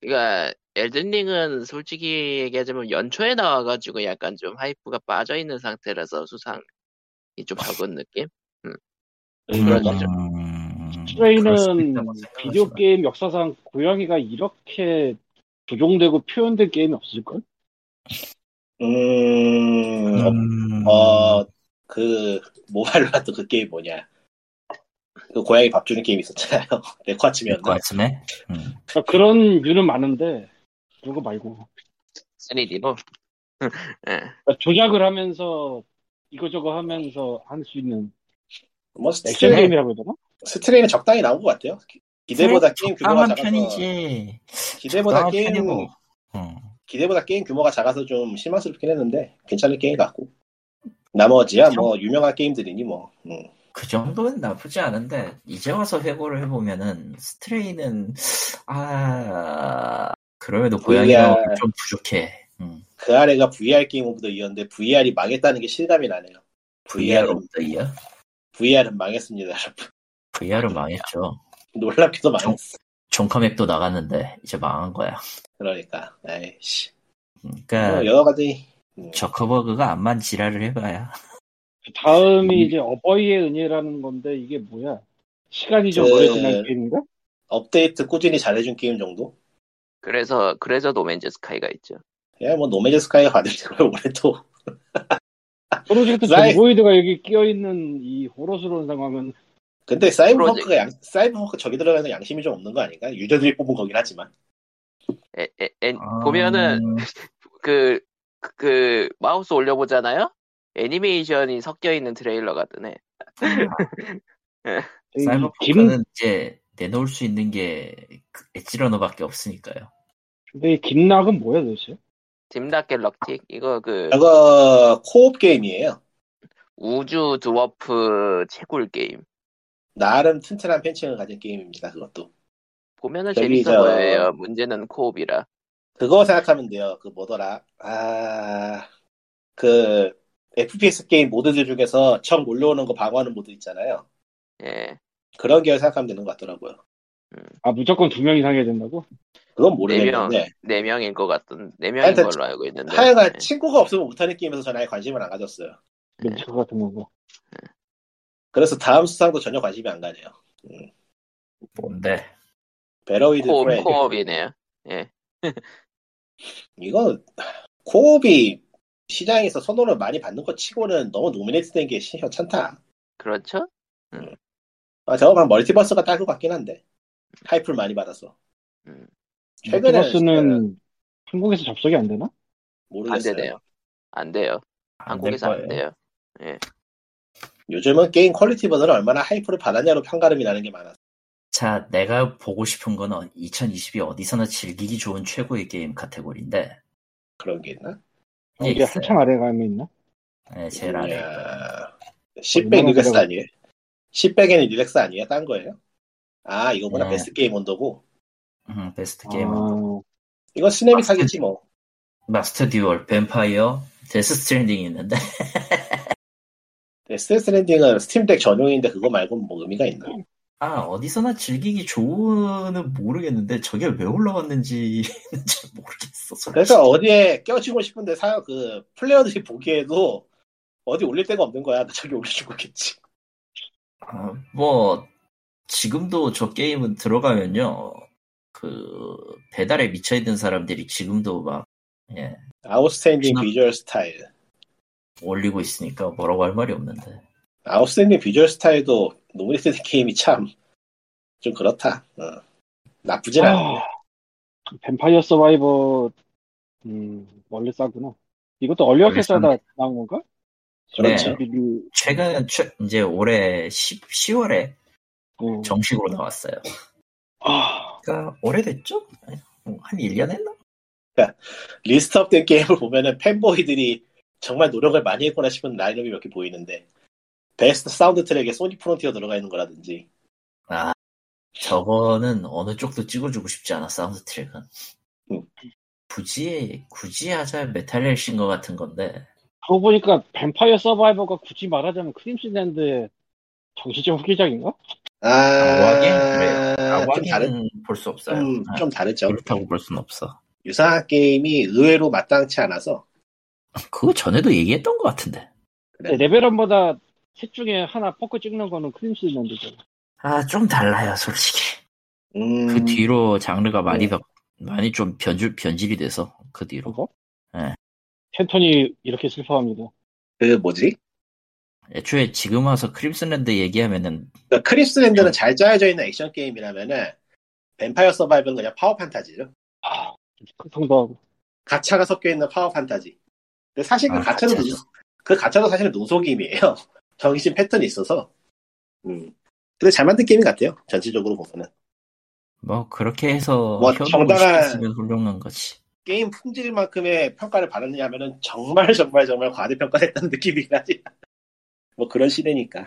Speaker 1: 그러니까 엘든링은 솔직히 얘기하자면 연초에 나와가지고 약간 좀 하이프가 빠져 있는 상태라서 수상이 좀 적은 느낌.
Speaker 2: 음.
Speaker 3: 음.
Speaker 1: 그렇죠.
Speaker 4: 스트레이는
Speaker 2: 그럴 수도 있다고 생각하지만.
Speaker 4: 비디오 게임 역사상 고양이가 이렇게 조종되고 표현된 게임이 없을걸?
Speaker 3: 음,
Speaker 2: 음,
Speaker 3: 어, 그, 모바일로 하던 그 게임 뭐냐. 그 고양이 밥 주는 게임 있었잖아요. 네코
Speaker 2: 그
Speaker 3: 아침이었나?
Speaker 2: 아침에 음.
Speaker 4: 그런 류는 많은데, 그거 말고.
Speaker 1: 3D로. 예.
Speaker 4: 그러니까 조작을 하면서, 이거저거 하면서 할 수 있는
Speaker 3: 뭐,
Speaker 4: 액션
Speaker 3: 스트레이,
Speaker 4: 게임이라고 해야 되나?
Speaker 3: 스트레이는 적당히 나온 것 같아요. 기- 네, 뭐 기대보다 게임 규모가
Speaker 2: 네? 적당한
Speaker 3: 작아서. 뭐
Speaker 2: 편이지.
Speaker 3: 기대보다
Speaker 2: 적당한
Speaker 3: 게임,
Speaker 2: 편이고. 음.
Speaker 3: 기대보다 게임 규모가 작아서 좀 실망스럽긴 했는데, 괜찮은 게임 같고. 나머지야, 뭐,
Speaker 2: 그렇죠.
Speaker 3: 유명한 게임들이니 뭐. 음.
Speaker 2: 그 정도는 나쁘지 않은데 이제 와서 회고를 해보면은 스트레이는 아 그럼에도 고양이가
Speaker 3: VR.
Speaker 2: 좀 부족해. 음.
Speaker 3: 그 아래가 VR 게임 오브 더 이었는데, VR이 망했다는 게 실감이 나네요.
Speaker 2: VR
Speaker 3: VR은,
Speaker 2: 업데이야?
Speaker 3: VR은 망했습니다, 여러분. 아,
Speaker 2: VR은 망했죠.
Speaker 3: 놀랍게도 망했어.
Speaker 2: 종카맵도 나갔는데 이제 망한 거야.
Speaker 3: 그러니까, 에이씨.
Speaker 2: 그러니까
Speaker 3: 뭐 여러 가지 음,
Speaker 2: 저커버그가 암만 지랄을 해봐야.
Speaker 4: 그 다음이
Speaker 2: 음.
Speaker 4: 이제 어버이의 은혜라는 건데, 이게 뭐야? 시간이 좀
Speaker 3: 그-
Speaker 4: 오래 지난 게임인가?
Speaker 3: 업데이트 꾸준히 잘해준 게임 정도?
Speaker 1: 그래서 그래서 노맨즈 스카이가 있죠.
Speaker 3: 야, 뭐 노매즈 스카이가 받을 걸 올해도
Speaker 4: 프로젝트
Speaker 3: 사이-
Speaker 4: 정보이드가 여기 끼어있는 이 호러스러운 상황은
Speaker 3: 근데 사이버펑크가
Speaker 1: 프로젝트.
Speaker 3: 양, 사이버펑크 저기 들어가는 양심이 좀 없는 거 아닌가? 유저들이 뽑은 거긴 하지만
Speaker 1: 에, 에, 엔-
Speaker 2: 아,
Speaker 3: 아.
Speaker 1: 보면은
Speaker 2: 음,
Speaker 1: 그, 그, 그 마우스 올려보잖아요. 애니메이션이 섞여 있는 트레일러가 뜨네.
Speaker 3: 음,
Speaker 4: 이 김,
Speaker 2: 사이버펑크는 이제 내놓을 수 있는 게그 엣지러너밖에 없으니까요.
Speaker 4: 근데 이 김락은 뭐야 도대체?
Speaker 1: 딥락 갤럭틱 이거 그
Speaker 3: 저거 코업 게임이에요
Speaker 1: 우주 드워프 채굴 게임
Speaker 3: 나름 튼튼한 팬층을 가진 게임입니다 그것도
Speaker 1: 보면은
Speaker 3: 저기
Speaker 1: 재밌어
Speaker 3: 저-
Speaker 1: 보여요. 문제는 코옵이라.
Speaker 3: 그거 생각하면 돼요 그 뭐더라 아그 FPS 게임 모드들 중에서 처음 몰려오는 거 방어하는 모드 있잖아요
Speaker 1: 예.
Speaker 3: 그런 게 생각하면 되는 것 같더라고요
Speaker 4: 아 무조건 두 명 이상 해야 된다고?
Speaker 3: 그건
Speaker 1: 네명
Speaker 3: 모르겠는데
Speaker 1: 네 명일 것 같은 네 명인
Speaker 3: 하여튼
Speaker 1: 걸로 알고 있는데.
Speaker 3: 하여간
Speaker 1: 예.
Speaker 3: 친구가 없으면 못하는 게임에서 저는 아예 관심을 안 가졌어요
Speaker 2: 네.
Speaker 4: 멘트 같은 거고.
Speaker 3: 그래서 다음 수상도 전혀 관심이 안 가네요.
Speaker 2: 뭔데?
Speaker 3: 베러위드 프레이.
Speaker 1: 코업, 코업이네요.
Speaker 3: 이거 코옵이 시장에서 선호를 많이 받는 것 치고는 너무 노미네이트 된게 현찮다.
Speaker 1: 그렇죠?
Speaker 3: 아, 저거만 멀티버스가 딸 것 같긴 한데. 하이프를 많이 받아서.
Speaker 1: 음.
Speaker 3: 최근에
Speaker 4: 버스는 한국에서 접속이 안 되나?
Speaker 1: 안
Speaker 3: 모르겠어요.
Speaker 1: 되네요. 안 돼요.
Speaker 2: 안 될
Speaker 1: 한국에서 안
Speaker 2: 거예요.
Speaker 1: 돼요.
Speaker 3: 요즘은 게임 퀄리티 버전을 얼마나 하이프를 받았냐로 평가름이 나는 게 많아서.
Speaker 2: 자, 내가 보고 싶은 건 2020이 어디서나 즐기기 좋은 최고의 게임 카테고리인데
Speaker 3: 그런 게 있나?
Speaker 2: 이게
Speaker 4: 이게
Speaker 2: 있어요.
Speaker 4: 한창 아래 가면 있나?
Speaker 2: 네, 제일 아래.
Speaker 3: 예. 이야,
Speaker 2: 어,
Speaker 3: 10백 리렉스 아니에요? 10백에는 리렉스 아니에요? 딴 거예요? 아, 이거구나.
Speaker 2: 네.
Speaker 3: 베스트 게임 온도고.
Speaker 2: 음, 베스트
Speaker 4: 아,
Speaker 2: 게임.
Speaker 3: 이거 스냅이 사겠지 뭐.
Speaker 2: 마스터 듀얼, 뱀파이어, 데스 스트랜딩이 있는데
Speaker 3: 네, 스트레스 랜딩은 스팀덱 전용인데 그거 말고 뭐 의미가 있나?
Speaker 2: 아, 어디서나 즐기기 좋은은 모르겠는데 저게 왜 올라왔는지 잘 모르겠어. 솔직히.
Speaker 3: 그래서 어디에 껴주고 싶은데 사, 그, 플레이어들이 보기에도 어디 올릴 데가 없는 거야. 저기 올려준 거겠지.
Speaker 2: 아, 뭐 지금도 저 게임은 들어가면요. 그 배달에 미쳐 있는 사람들이 지금도 막 예,
Speaker 3: 아웃스탠딩
Speaker 2: 그렇구나.
Speaker 3: 비주얼 스타일.
Speaker 2: 올리고 있으니까 뭐라고 할 말이 없는데.
Speaker 3: 아웃스탠딩 비주얼 스타일도 노미네이트 된 게임이 참, 좀 그렇다. 어. 나쁘진 않아.
Speaker 4: 아, 뱀파이어 서바이버 음, 원래 싸구나. 이것도 얼리
Speaker 2: 원래
Speaker 4: 액세스하다 나온 건가?
Speaker 3: 그렇죠.
Speaker 2: 네.
Speaker 4: 비비-
Speaker 2: 최근 최, 이제 올해 10, 10월에
Speaker 4: 네.
Speaker 2: 정식으로 나왔어요.
Speaker 4: 아,
Speaker 2: 그러니까 오래됐죠? 한 1년 했나?
Speaker 3: 리스트업된 게임을 보면은 팬보이들이 정말 노력을 많이 했구나 싶은 라인업이 몇 개 보이는데 베스트 사운드 트랙에 소니 프론티어 들어가 있는 거라든지
Speaker 2: 아, 저거는 어느 쪽도 찍어주고 싶지 않아 사운드 트랙은.
Speaker 3: 응.
Speaker 2: 굳이 굳이 하자 메탈 헬신 거 같은 건데.
Speaker 4: 그러고 보니까 뱀파이어 서바이버가 굳이 말하자면 크림슨 랜드의 정신적 후계작인가?
Speaker 2: 양호하긴 그래요.
Speaker 3: 아, 좀 다른
Speaker 2: 나와기는 볼 수 없어요.
Speaker 3: 음,
Speaker 2: 아,
Speaker 3: 좀 다르죠.
Speaker 2: 그렇다고 볼 수는 없어.
Speaker 3: 유사한 게임이 의외로 마땅치 않아서
Speaker 2: 그거 전에도 얘기했던 것 같은데.
Speaker 3: 네.
Speaker 4: 네, 레벨업보다 셋 중에 하나 포크 찍는 거는 크림슨 랜드죠.
Speaker 2: 아, 좀 달라요, 솔직히. 네.
Speaker 3: 음,
Speaker 2: 그 뒤로 장르가 많이 바- 많이 좀 변질 변질이 돼서 그 뒤로.
Speaker 4: 그거?
Speaker 2: 네.
Speaker 4: 팬톤이 이렇게 슬퍼합니다.
Speaker 3: 그 뭐지?
Speaker 2: 애초에 지금 와서 크림슨랜드 얘기하면은
Speaker 3: 그러니까 크립스랜드는 잘 짜여져 있는 액션 게임이라면은 뱀파이어 서바이벌은 그냥 파워 판타지죠.
Speaker 4: 아, 성도 하고.
Speaker 3: 가차가 섞여 있는 파워 판타지. 근데 사실 그
Speaker 2: 아,
Speaker 3: 가차도
Speaker 2: 가차죠.
Speaker 3: 눈- 그 가차도 사실 노속임이에요. 정해진 패턴이 있어서. 음. 근데 잘 만든 게임 같아요. 전체적으로 보면은
Speaker 2: 뭐 그렇게 해서
Speaker 3: 뭐
Speaker 2: 현혹을
Speaker 3: 정당한-
Speaker 2: 시켰으면 훌륭한 거지.
Speaker 3: 게임 품질만큼의 평가를 받았느냐면은 정말 정말 정말 과대평가했다는 느낌이긴 하지. 뭐 그런 시대니까.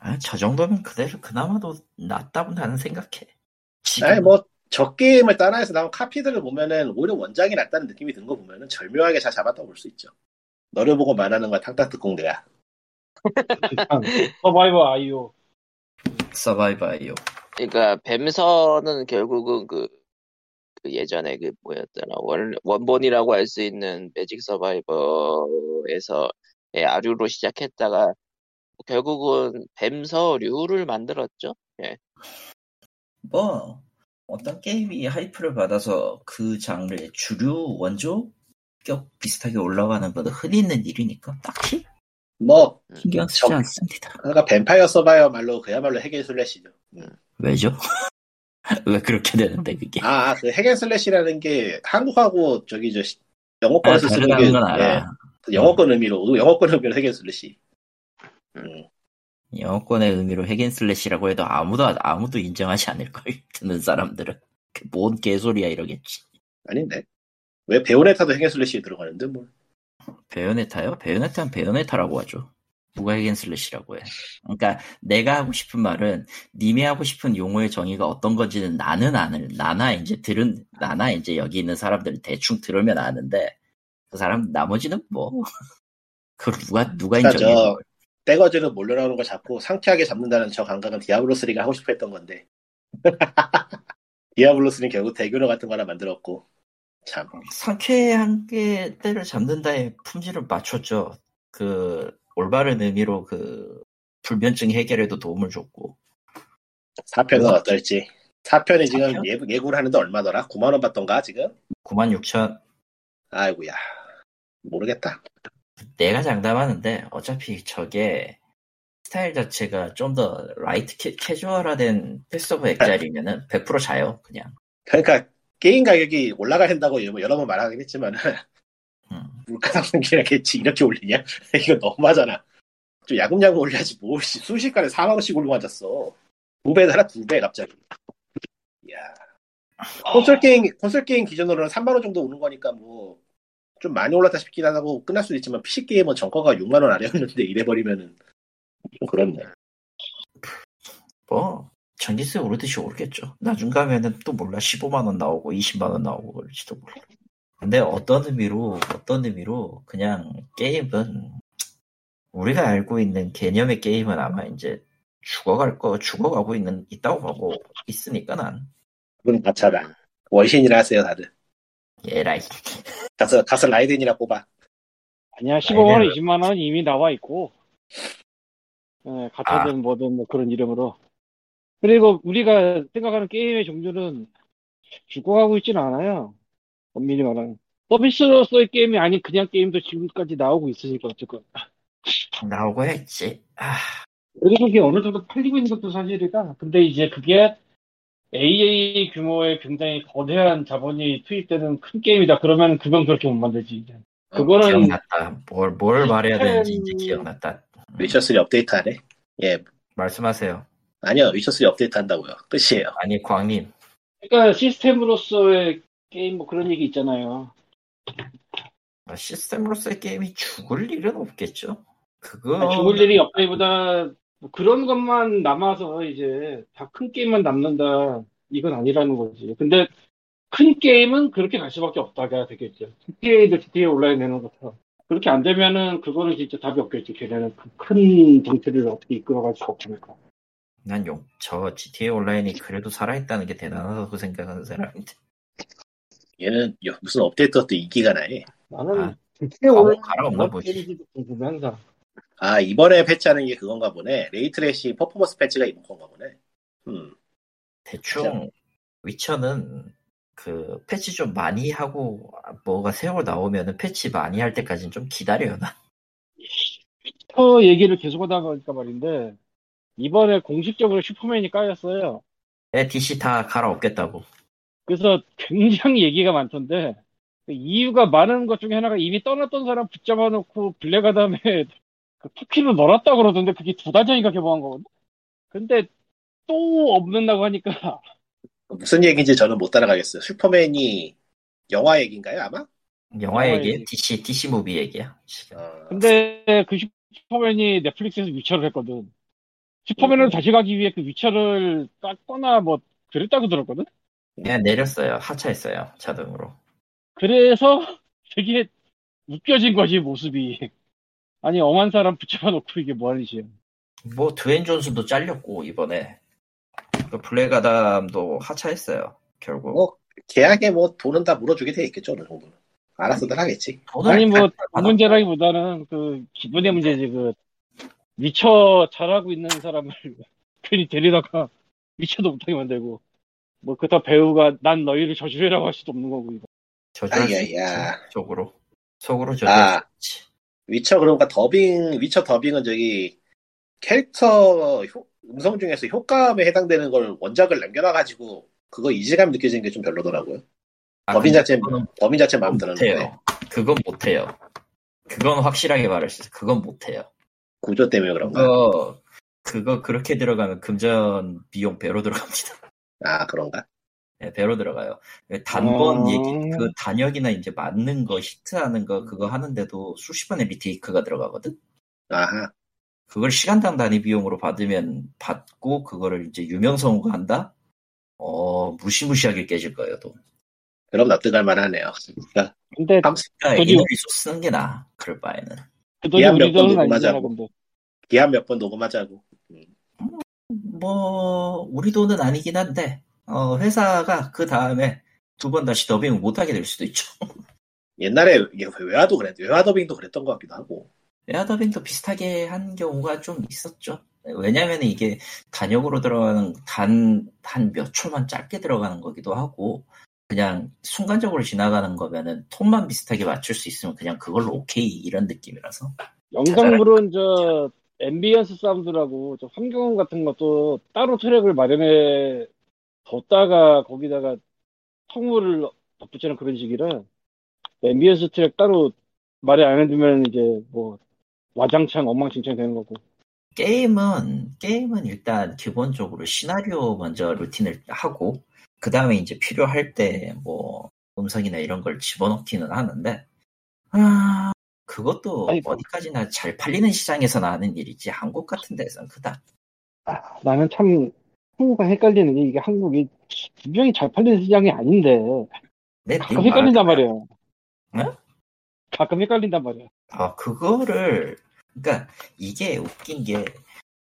Speaker 2: 아, 저 정도면 그대로 그나마도 낫다고 나는 생각해. 지금
Speaker 3: 아니 뭐저 게임을 따라해서 나온 카피들을 보면은 오히려 원작이 낫다는 느낌이 든 거 보면은 절묘하게 잘 잡았다고 볼 수 있죠. 너를 보고 말하는 거야 탕탕 특공대야
Speaker 4: 그 서바이버 아이오.
Speaker 2: 서바이바이요.
Speaker 1: 그러니까 뱀선은 결국은 그, 그 예전에 그 뭐였더라 원, 원본이라고 할 수 있는 매직 서바이버에서 예, 아류로 시작했다가 결국은 뱀서류를 만들었죠.
Speaker 2: 뭐 어떤 게임이 하이프를 받아서 그 장르의 주류 원조격 비슷하게 올라가는 건 흔히 있는 일이니까 딱히
Speaker 3: 뭐
Speaker 2: 신경 쓰지
Speaker 3: 저-
Speaker 2: 않습니다.
Speaker 3: 그러니까 뱀파이어 서바이어 말로 그야말로 핵의 슬래시죠. 음.
Speaker 2: 왜죠? 왜 그렇게 되는데 그게? 어,
Speaker 3: 아, 그 핵앤슬래시라는 게 한국하고 저기 저 시- 영어권에서 쓰는 게
Speaker 2: 아, 다르다는 건 알아.
Speaker 3: 예, 영어권 의미로 영어권 의미로 핵앤슬래시. 음.
Speaker 2: 영어권의 의미로 핵앤슬래시라고 해도 아무도 아무도 인정하지 않을 걸 듣는 사람들은 그뭔 개소리야 이러겠지.
Speaker 3: 아닌데 왜 베오네타도 핵앤슬래시에 들어가는데 뭐
Speaker 2: 베요네타요? 베요네타는 베요네타라고 하죠. 누가 핵앤슬래시라고 해. 그러니까 내가 하고 싶은 말은 님이 하고 싶은 용어의 정의가 어떤 건지는 나는 아는 나나 이제 들은 나나 이제 여기 있는 사람들은 대충 들으면 아는데 그 사람 나머지는 뭐 그걸 누가 누가
Speaker 3: 그러니까 저-
Speaker 2: 인정해? 그걸.
Speaker 3: 떼거지를 몰려나오는 걸 잡고 상쾌하게 잡는다는 저 감각은 디아블로 3가 하고 싶어했던 건데 디아블로 3는 결국 대교로 같은 거 하나 만들었고 참
Speaker 2: 상쾌한 게 때를 잡는다의 품질을 맞췄죠. 그 올바른 의미로 그 불면증 해결에도 도움을 줬고
Speaker 3: 4편은
Speaker 2: 음.
Speaker 3: 어떨지. 4편이 지금
Speaker 2: 사편?
Speaker 3: 예고를 하는데 얼마더라? 9만원 받던가, 지금?
Speaker 2: 96,000
Speaker 3: 아이고야. 모르겠다.
Speaker 2: 내가 장담하는데 어차피 저게 스타일 자체가 좀 더 라이트 캐, 캐주얼화된 패스오브 액자리면은 100% 자요 그냥
Speaker 3: 그러니까, 게임 가격이 올라가신다고 여러 여러 번 말하긴 했지만,
Speaker 2: 음.
Speaker 3: 물가 상승기라게 이렇게 올리냐? 이거 너무하잖아. 좀 야금야금 올려야지, 뭐, 씨, 순식간에 4만원씩 올라맞았어. 두 배, 달아 두 배, 갑자기. 이야. 콘솔 게임, 콘솔 게임 기준으로는 3만원 정도 오는 거니까 뭐, 좀 많이 올랐다 싶긴 하다고 끝날 수도 있지만, PC게임은 정가가 6만원 아래였는데, 이래버리면은, 좀 그렇네.
Speaker 2: 뭐 전기세 오르듯이 오르겠죠 나중 가면은 또 몰라 15만원 나오고 20만원 나오고 그럴지도 몰라 근데 어떤 의미로 어떤 의미로 그냥 게임은 우리가 알고 있는 개념의 게임은 아마 이제 죽어갈 거 죽어가고 있는 있다고 하고 있으니까 난
Speaker 3: 그건 가차다. 원신이라 하세요, 다들.
Speaker 2: 예라이
Speaker 3: 가서, 가서 라이덴이라 뽑아.
Speaker 4: 아니야 15만 원,
Speaker 2: 아니야.
Speaker 4: 20만 원 이미 나와 있고 예,
Speaker 2: 아.
Speaker 4: 가차든 뭐든 뭐 그런 이름으로 그리고 우리가 생각하는 게임의 종류는 죽어가고 있진 않아요 엄밀히 말하면 서비스로서의 게임이 아닌 그냥 게임도 지금까지 나오고 있으니까 어쨌건
Speaker 2: 나오고 했지 아,
Speaker 4: 그리고 그게 어느 정도 팔리고 있는 것도 사실이다 근데 이제 그게 AA 규모의 굉장히 거대한 자본이 투입되는 큰 게임이다 그러면 그건 그렇게 못 만들지 이제. 그거는
Speaker 2: 그렇죠. 기억났다 뭘, 뭘 말해야 되는지 이제 기억났다
Speaker 3: 위쳐3 업데이트 하네? 예.
Speaker 2: 말씀하세요
Speaker 3: 아니요, 위쳐3 업데이트 한다고요. 끝이에요.
Speaker 2: 아니 광님
Speaker 4: 그러니까 시스템으로서의 게임 뭐 그런 얘기 있잖아요.
Speaker 2: 시스템으로서의 게임이 죽을 일은 없겠죠 그거
Speaker 4: 아니, 죽을 일이 없다기보다 뭐 그런 것만 남아서 이제 다 큰 게임만 남는다 이건 아니라는 거지. 근데 큰 게임은 그렇게 갈 수밖에 없다가 되겠죠. GTA도 GTA에 올라야 되는 것처럼. 그렇게 안 되면은 그거는 진짜 답이 없겠죠. 걔네는 그큰 정체를 어떻게 이끌어갈 수가 없으니까.
Speaker 2: 난 용, 저 GTA 온라인이 그래도 살아있다는 게 대단하다고 생각하는 사람인데
Speaker 3: 얘는 여- 무슨 업데이트가 또 인기가 나해.
Speaker 4: 나는
Speaker 2: 아,
Speaker 4: GTA
Speaker 2: 가오-
Speaker 4: 올라가는
Speaker 2: 가라없나 보지.
Speaker 4: 게임인지도 궁금해 항상.
Speaker 3: 아, 이번에 패치하는 게 그건가 보네. 레이트레이싱 퍼포먼스 패치가 이번 건가 보네. 음.
Speaker 2: 대충 위쳐는 그 패치 좀 많이 하고 뭐가 새로 나오면은 패치 많이 할 때까지는 좀 기다려요 나
Speaker 4: 슈퍼 얘기를 계속하다 보니까 말인데 이번에 공식적으로 슈퍼맨이 까였어요.
Speaker 2: DC 다 갈아엎겠다고
Speaker 4: 그래서 굉장히 얘기가 많던데 그 이유가 많은 것 중에 하나가 이미 떠났던 사람 붙잡아놓고 블랙아담에 그 쿠키로 넣었다 그러던데 그게 두 가정이가 개봉한 거거든. 근데 또 없는다고 하니까
Speaker 3: 무슨 얘기인지 저는 못 따라가겠어요. 슈퍼맨이 영화 얘기인가요, 아마?
Speaker 2: 영화
Speaker 4: 영화
Speaker 2: 얘기
Speaker 4: 얘기.
Speaker 2: DC DC 무비 얘기야 지금
Speaker 3: 어,
Speaker 4: 근데 그 슈퍼맨이 넷플릭스에서 위쳐를 했거든. 슈퍼맨으로 다시 가기 위해 그 위쳐를 깠거나 뭐 그랬다고 들었거든.
Speaker 2: 그냥 내렸어요 하차했어요 자동으로
Speaker 4: 그래서 되게 웃겨진 거지 모습이 아니 엄한 사람 붙잡아놓고 이게 뭐하는 짓이야
Speaker 2: 뭐 드웨인 존슨도 잘렸고 이번에 그 블랙 아담도 하차했어요 결국
Speaker 3: 어? 계약에 뭐 돈은 다 물어주게 돼 있겠죠, 어느 정도는. 알아서들 하겠지.
Speaker 2: 돈을
Speaker 4: 아니 뭐
Speaker 2: 받아-
Speaker 4: 문제라기보다는 그 기분의 문제지 그 미쳐 잘하고 있는 사람을 괜히 데리다가 미쳐도 못하게 만들고 뭐 그렇다 배우가 난 너희를 저주해라고 할 수도 없는 거고 이거.
Speaker 2: 저주할 수 있지
Speaker 3: 아이야야.
Speaker 2: 속으로 속으로
Speaker 4: 네.
Speaker 2: 저주할
Speaker 3: 아.
Speaker 2: 수 있지
Speaker 3: 위쳐 그러니까 더빙, 위쳐 더빙은 저기 캐릭터 효- 음성 중에서 효과음에 해당되는 걸 원작을 남겨놔가지고 그거 이질감 느껴지는 게 좀 별로더라고요.
Speaker 2: 아,
Speaker 3: 더빙
Speaker 2: 근데
Speaker 3: 자체,
Speaker 2: 그건
Speaker 3: 더빙 자체 마음 드는데
Speaker 2: 못해요 그건 못해요 그건 확실하게 말할 수 있어 그건 못해요
Speaker 3: 구조 때문에 그런가?
Speaker 2: 어. 그거 그거 그렇게 들어가면 금전 비용 배로 들어갑니다
Speaker 3: 아 그런가?
Speaker 2: 네, 배로 들어가요. 단번
Speaker 4: 음.
Speaker 3: 어.
Speaker 2: 얘기, 그 단역이나 이제 맞는 거, 히트하는 거, 그거 하는데도 수십 번의 리테이크가 들어가거든?
Speaker 3: 아하.
Speaker 2: 그걸 시간당 단위 비용으로 받으면 받고, 그거를 이제 유명성우가 한다? 어, 무시무시하게 깨질 거예요, 또.
Speaker 3: 그럼 납득할 만하네요. 그러니까
Speaker 4: 근데
Speaker 3: 감-
Speaker 2: 그러니까
Speaker 4: 저기요.
Speaker 2: 애니 리소스 쓰는 게 나아, 그럴 바에는.
Speaker 4: 그 돈이
Speaker 3: 이해한
Speaker 4: 우리
Speaker 3: 몇번
Speaker 4: 돈은 아니잖아
Speaker 3: 녹음하자고.
Speaker 4: 근데
Speaker 3: 기한 몇 번 녹음하자고.
Speaker 2: 뭐, 우리 돈은 아니긴 한데, 어, 회사가 그 다음에 두 번 다시 더빙 못하게 될 수도 있죠.
Speaker 3: 옛날에 이게 외화도 그랬, 외화더빙도 그랬던 것 같기도 하고.
Speaker 2: 에어더빙도 비슷하게 한 경우가 좀 있었죠. 왜냐면 이게 단역으로 들어가는 단, 단 몇 초만 짧게 들어가는 거기도 하고, 그냥 순간적으로 지나가는 거면은 톤만 비슷하게 맞출 수 있으면 그냥 그걸로 오케이 이런 느낌이라서.
Speaker 4: 영상물은 저 앰비언스 사운드라고 저 환경 같은 것도 따로 트랙을 마련해 뒀다가 거기다가 성물을 덧붙이는 그런 식이라 앰비언스 트랙 따로 말에 안 해두면 이제 뭐 와장창 엉망진창 되는 거고
Speaker 2: 게임은, 게임은 일단 기본적으로 시나리오 먼저 루틴을 하고, 그 다음에 이제 필요할 때 뭐 음성이나 이런 걸 집어넣기는 하는데, 아, 그것도
Speaker 4: 아니,
Speaker 2: 어디까지나 잘 팔리는 시장에서 나는 일이지 한국 같은 데선 그다.
Speaker 4: 아, 나는 참 한국과 헷갈리는 게 이게 한국이 분명히 잘 팔리는 시장이 아닌데
Speaker 2: 내
Speaker 4: 가끔 헷갈린단 말이야
Speaker 2: 아, 그러니까. 네?
Speaker 4: 가끔 헷갈린단 말이야
Speaker 2: 아, 그거를, 그러니까 이게 웃긴 게,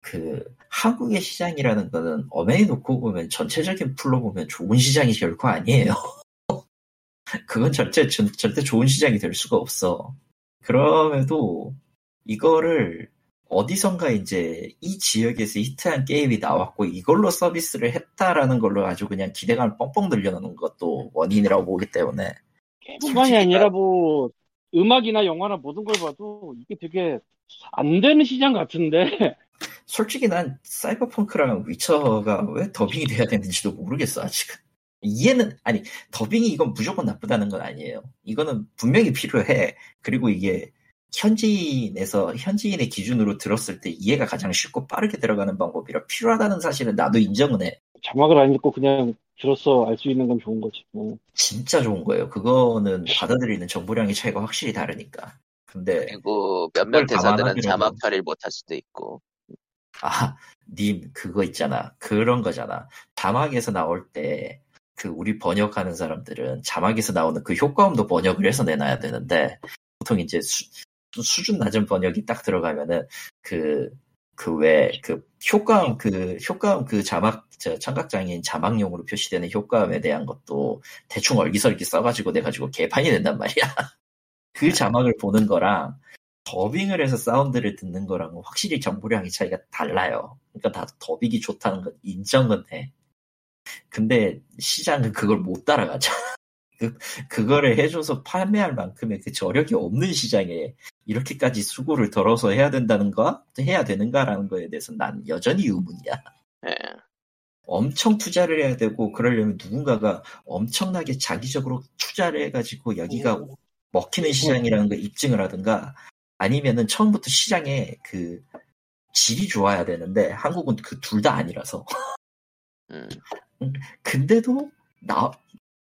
Speaker 2: 그, 한국의 시장이라는 거는 엄연히 놓고 보면 전체적인 풀로 보면 좋은 시장이 결코 아니에요. 그건 절대, 전- 절대 좋은 시장이 될 수가 없어. 그럼에도 이거를 어디선가 이제 이 지역에서 히트한 게임이 나왔고 이걸로 서비스를 했다라는 걸로 아주 그냥 기대감을 뻥뻥 늘려놓는 것도 원인이라고 보기 때문에
Speaker 4: 뿐만이
Speaker 2: 솔직히
Speaker 4: 아니라 뭐 음악이나 영화나 모든 걸 봐도 이게 되게 안 되는 시장 같은데
Speaker 2: 솔직히 난 사이버펑크랑 위쳐가 왜 더빙이 돼야 되는지도 모르겠어 아직은 이해는 아니 더빙이 이건 무조건 나쁘다는 건 아니에요 이거는 분명히 필요해 그리고 이게 현지인에서 현지인의 기준으로 들었을 때 이해가 가장 쉽고 빠르게 들어가는 방법이라 필요하다는 사실은 나도 인정은 해
Speaker 4: 자막을 안 읽고 그냥 들어서 알 수 있는 건 좋은 거지 뭐.
Speaker 2: 진짜 좋은 거예요 그거는 받아들이는 정보량의 차이가 확실히 다르니까 근데
Speaker 1: 그리고 몇몇
Speaker 2: 그걸
Speaker 1: 대사들은
Speaker 2: 감안하기라도.
Speaker 1: 자막 처리를 못할 수도 있고
Speaker 2: 아, 님, 그거 있잖아. 그런 거잖아. 자막에서 나올 때, 그, 우리 번역하는 사람들은 자막에서 나오는 그 효과음도 번역을 해서 내놔야 되는데, 보통 이제 수, 수준 낮은 번역이 딱 들어가면은, 그, 그 왜, 그, 효과음, 그, 효과음 그 자막, 저, 청각장애인 자막용으로 표시되는 효과음에 대한 것도 대충 얼기설기 써가지고 내가지고 개판이 된단 말이야. 그 자막을 보는 거랑, 더빙을 해서 사운드를 듣는 거랑은 확실히 정보량의 차이가 달라요. 그러니까 다 더빙이 좋다는 건 인정은 해. 근데 시장은 그걸 못 따라가죠. 그, 그거를 해줘서 판매할 만큼의 그 저력이 없는 시장에 이렇게까지 수고를 덜어서 해야 된다는가? 해야 되는가라는 거에 대해서 난 여전히 의문이야.
Speaker 1: 예.
Speaker 2: 엄청 투자를 해야 되고, 그러려면 누군가가 엄청나게 자기적으로 투자를 해가지고
Speaker 4: 음.
Speaker 2: 여기가 먹히는 시장이라는 걸 입증을 하든가 아니면은 처음부터 시장의 그 질이 좋아야 되는데 한국은 그 둘 다 아니라서
Speaker 1: 음.
Speaker 2: 근데도 나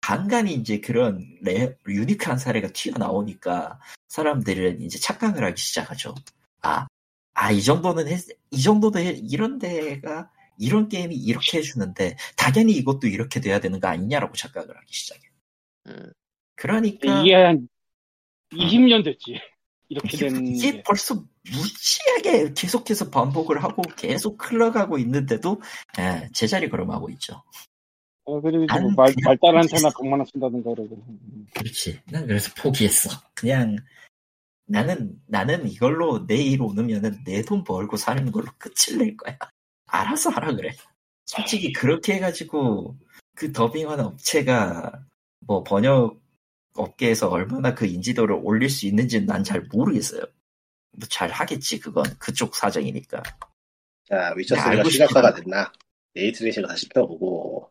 Speaker 2: 간간히 이제 그런 레, 유니크한 사례가 튀어나오니까 사람들은 이제 착각을 하기 시작하죠. 아, 아, 이 정도는 했, 이 정도도 해- 이런 데가 이런 게임이 이렇게 해주는데 당연히 이것도 이렇게 돼야 되는 거 아니냐라고 착각을 하기 시작해.
Speaker 1: 음.
Speaker 2: 그러니까
Speaker 4: 이게 한 20년 됐지 이렇게
Speaker 2: 이게,
Speaker 4: 된
Speaker 2: 이게
Speaker 4: 게.
Speaker 2: 벌써 무지하게 계속해서 반복을 하고 계속 흘러가고 있는데도 예, 제자리 걸음하고 있죠.
Speaker 4: 어, 그리고 이제
Speaker 2: 안-
Speaker 4: 뭐 말,
Speaker 2: 그냥
Speaker 4: 말단한테나 백만원 쓴다든가 그러고 음.
Speaker 2: 그렇지. 난 그래서 포기했어. 그냥 나는 나는 이걸로 내 일 오르면은 내 돈 벌고 사는 걸로 끝을 낼 거야. 알아서 하라 그래. 솔직히 그렇게 해가지고 그 더빙하는 업체가 뭐 번역 업계에서 얼마나 그 인지도를 올릴 수 있는지는 난 잘 모르겠어요. 뭐 잘 하겠지 그건 그쪽 사정이니까.
Speaker 3: 자,
Speaker 2: 네,
Speaker 3: 위쳐3가
Speaker 2: 알고
Speaker 3: 시각화가
Speaker 2: 싶다.
Speaker 3: 됐나? 네이트레이싱을 다시 펴보고.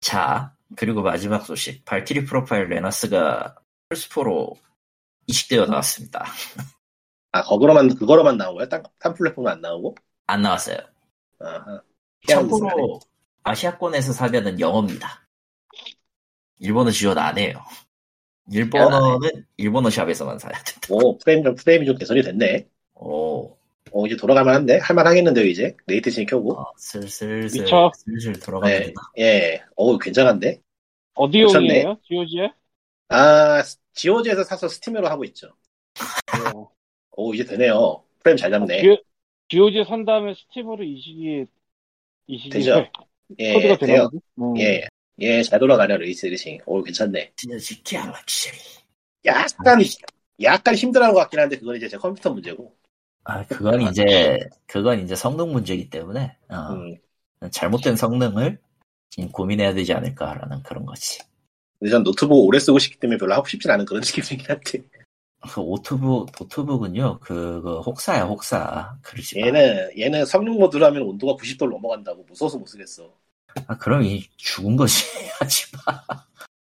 Speaker 2: 자, 그리고 마지막 소식. 발키리 프로파일 레나스가 플스4로 이식되어 나왔습니다.
Speaker 3: 아, 거기로만, 그거로만 나온 거야? 딴, 딴 플랫폼은 안 나오고?
Speaker 2: 안 나왔어요.
Speaker 3: 아하. 희한하네.
Speaker 2: 참고로 아시아권에서 사면은 영어입니다. 일본어 지원 안 해요. 일본어는 일본어 샵에서만 사야 된다.
Speaker 3: 오, 프레임 좀, 프레임이 좀 개선이 됐네.
Speaker 2: 오,
Speaker 3: 어, 이제 돌아갈만 한데? 할만하겠는데요, 이제? 네이트레이싱 켜고.
Speaker 2: 아, 슬슬
Speaker 4: 미쳐.
Speaker 2: 슬슬 돌아가야
Speaker 3: 네.
Speaker 2: 된다.
Speaker 3: 예. 어우, 괜찮은데?
Speaker 4: 어디용이에요? GOG야?
Speaker 3: 아, 지오즈에서 사서 스팀으로 하고 있죠.
Speaker 4: 어.
Speaker 3: 오, 이제 되네요. 프레임 잘 잡네.
Speaker 4: 듀- GOG 산 다음에 스팀으로 이식이 이식이
Speaker 3: 되죠.
Speaker 4: 돼.
Speaker 3: 예,
Speaker 4: 코드가 되나
Speaker 3: 돼요.
Speaker 4: 보지? 음.
Speaker 3: 예. 예, 잘 돌아가네요, 레이트레이싱. 오, 괜찮네.
Speaker 2: 디너지 갤럭시.
Speaker 4: 아,
Speaker 3: 약간, 약간 힘들어하는 것 같긴 한데, 그건 이제 제 컴퓨터 문제고.
Speaker 2: 아, 그건 이제, 그건 이제 성능 문제이기 때문에,
Speaker 4: 아.
Speaker 2: 어,
Speaker 3: 음,
Speaker 2: 잘못된 성능을 지금 고민해야 되지 않을까라는 그런 거지.
Speaker 3: 근데 전 노트북 오래 쓰고 싶기 때문에 별로 하고 싶진 않은 그런 느낌이긴 한데
Speaker 2: 그 오토북, 노트북은요, 그, 그 혹사야, 혹사. 그러지 마.
Speaker 3: 얘는 얘는 성능 모드로 하면 온도가 90도로 넘어간다고 무서워서 못 쓰겠어.
Speaker 2: 아, 그럼 이 죽은 거지. 하지 마.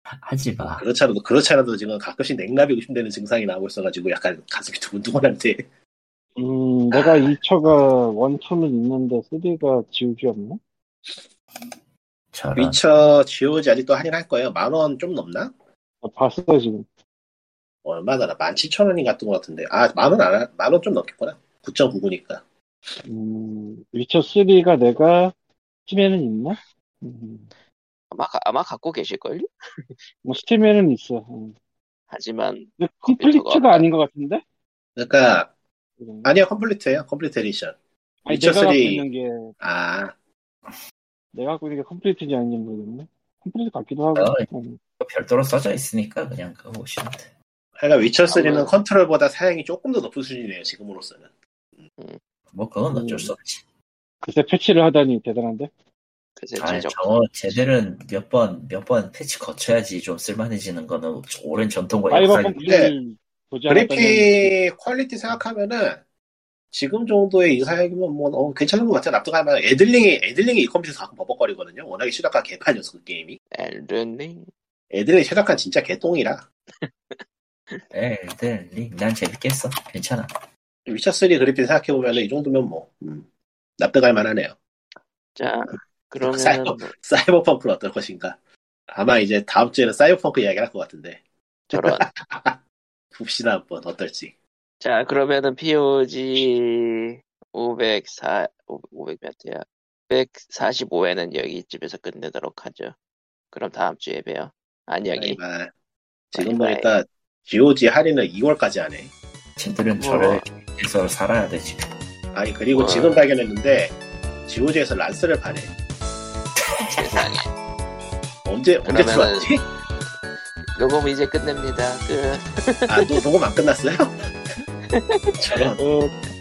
Speaker 2: 하지 마.
Speaker 3: 그렇지 않아도 그렇지 않아도 지금 가끔씩 냉납이 의심되는 증상이 나오고 있어가지고 약간 가슴이 두근두근한데
Speaker 4: 음, 내가 2차가 원초는 있는데 3가 지우기 없나? 아.
Speaker 2: 저런.
Speaker 3: 위쳐 GOG 아직도 할인할 거예요. 만 원 좀 넘나?
Speaker 4: 나 아, 봤어 지금.
Speaker 3: 얼마더라? 17,000원인 같은 것 같은데. 아, 만 원 안, 만원 좀 넘겠구나. 9.99니까.
Speaker 4: 음, 위쳐 3가 내가 스팀에는 있나? 음,
Speaker 1: 아마 가- 아마 갖고 계실걸요?
Speaker 4: 뭐 스팀에는 있어. 음.
Speaker 1: 하지만
Speaker 4: 근데 컴플리트가 아닌 것 같은데?
Speaker 3: 그러니까,
Speaker 4: 음.
Speaker 3: 아니야, 컴플리트예요 컴플리트 에디션.
Speaker 4: 아니,
Speaker 3: 위쳐
Speaker 4: 내가 갖고
Speaker 3: 3.
Speaker 4: 있는 게
Speaker 3: 아,
Speaker 4: 내가 갖고 있는 게 컴플리트인지 아닌지 모르겠네. 컴플리트 같기도
Speaker 3: 아,
Speaker 4: 하고.
Speaker 2: 어.
Speaker 4: 음.
Speaker 2: 별도로 써져 있으니까 그냥 그거 보시면 돼.
Speaker 3: 하여간 그러니까 위쳐3는
Speaker 1: 아무래도.
Speaker 3: 컨트롤보다 사양이 조금 더 높은 수준이에요, 지금으로서는.
Speaker 2: 뭐 그건 어쩔
Speaker 4: 음.
Speaker 2: 수 없지.
Speaker 4: 글쎄 패치를 하다니 대단한데.
Speaker 1: 그새
Speaker 2: 아,
Speaker 1: 최적
Speaker 2: 저거 쟤들은 몇 번, 몇 번 패치 거쳐야지 좀 쓸만해지는 거는 오랜 전통과 역사.
Speaker 3: 뭐
Speaker 4: 사이버펑크
Speaker 3: 근데
Speaker 4: 보지 않았다면
Speaker 3: 그래픽 퀄리티 생각하면은, 지금 정도의 이 사양이면 뭐, 어, 괜찮은 것 같아. 납득할 만한. 애들링이, 애들링이 이 컴퓨터 가끔 버벅거리거든요. 워낙에 시작한 개판이어서 그 게임이.
Speaker 1: 엘든링
Speaker 3: 애들링 시작한 진짜 개똥이라.
Speaker 2: 엘든 링, 네, 난 재밌겠어. 괜찮아.
Speaker 3: 위쳐3 그래픽 생각해보면은 이 정도면 뭐, 음, 납득할 만하네요.
Speaker 1: 자뭐 그러면
Speaker 3: 사이버- 사이버펑크는 어떨 것인가?
Speaker 1: 네.
Speaker 3: 아마 이제 다음 주에는 사이버펑크 이야기 할것 같은데
Speaker 1: 저런
Speaker 3: 봅시다 한번 어떨지.
Speaker 1: 자, 그러면은 POG 504, 500 몇이야? 145회는 여기쯤에서 끝내도록 하죠. 그럼 다음 주에 봬요. 안녕히.
Speaker 3: 하지만 지금
Speaker 1: 바이바이.
Speaker 3: 보니까 GOG 할인은 2월까지 하네.
Speaker 2: 쟤들은
Speaker 1: 뭐.
Speaker 2: 저를 해서 살아야 돼 지금.
Speaker 3: 아니 그리고
Speaker 1: 와.
Speaker 3: 지금 발견했는데 GOG에서 란스를 파네.
Speaker 1: 세상에.
Speaker 3: 언제 언제
Speaker 1: 그러면은-
Speaker 3: 들어왔지?
Speaker 1: 녹음
Speaker 3: 아,
Speaker 1: 이제 끝냅니다. 끝.
Speaker 3: 아또 녹음 안 끝났어요? 저런
Speaker 4: 어,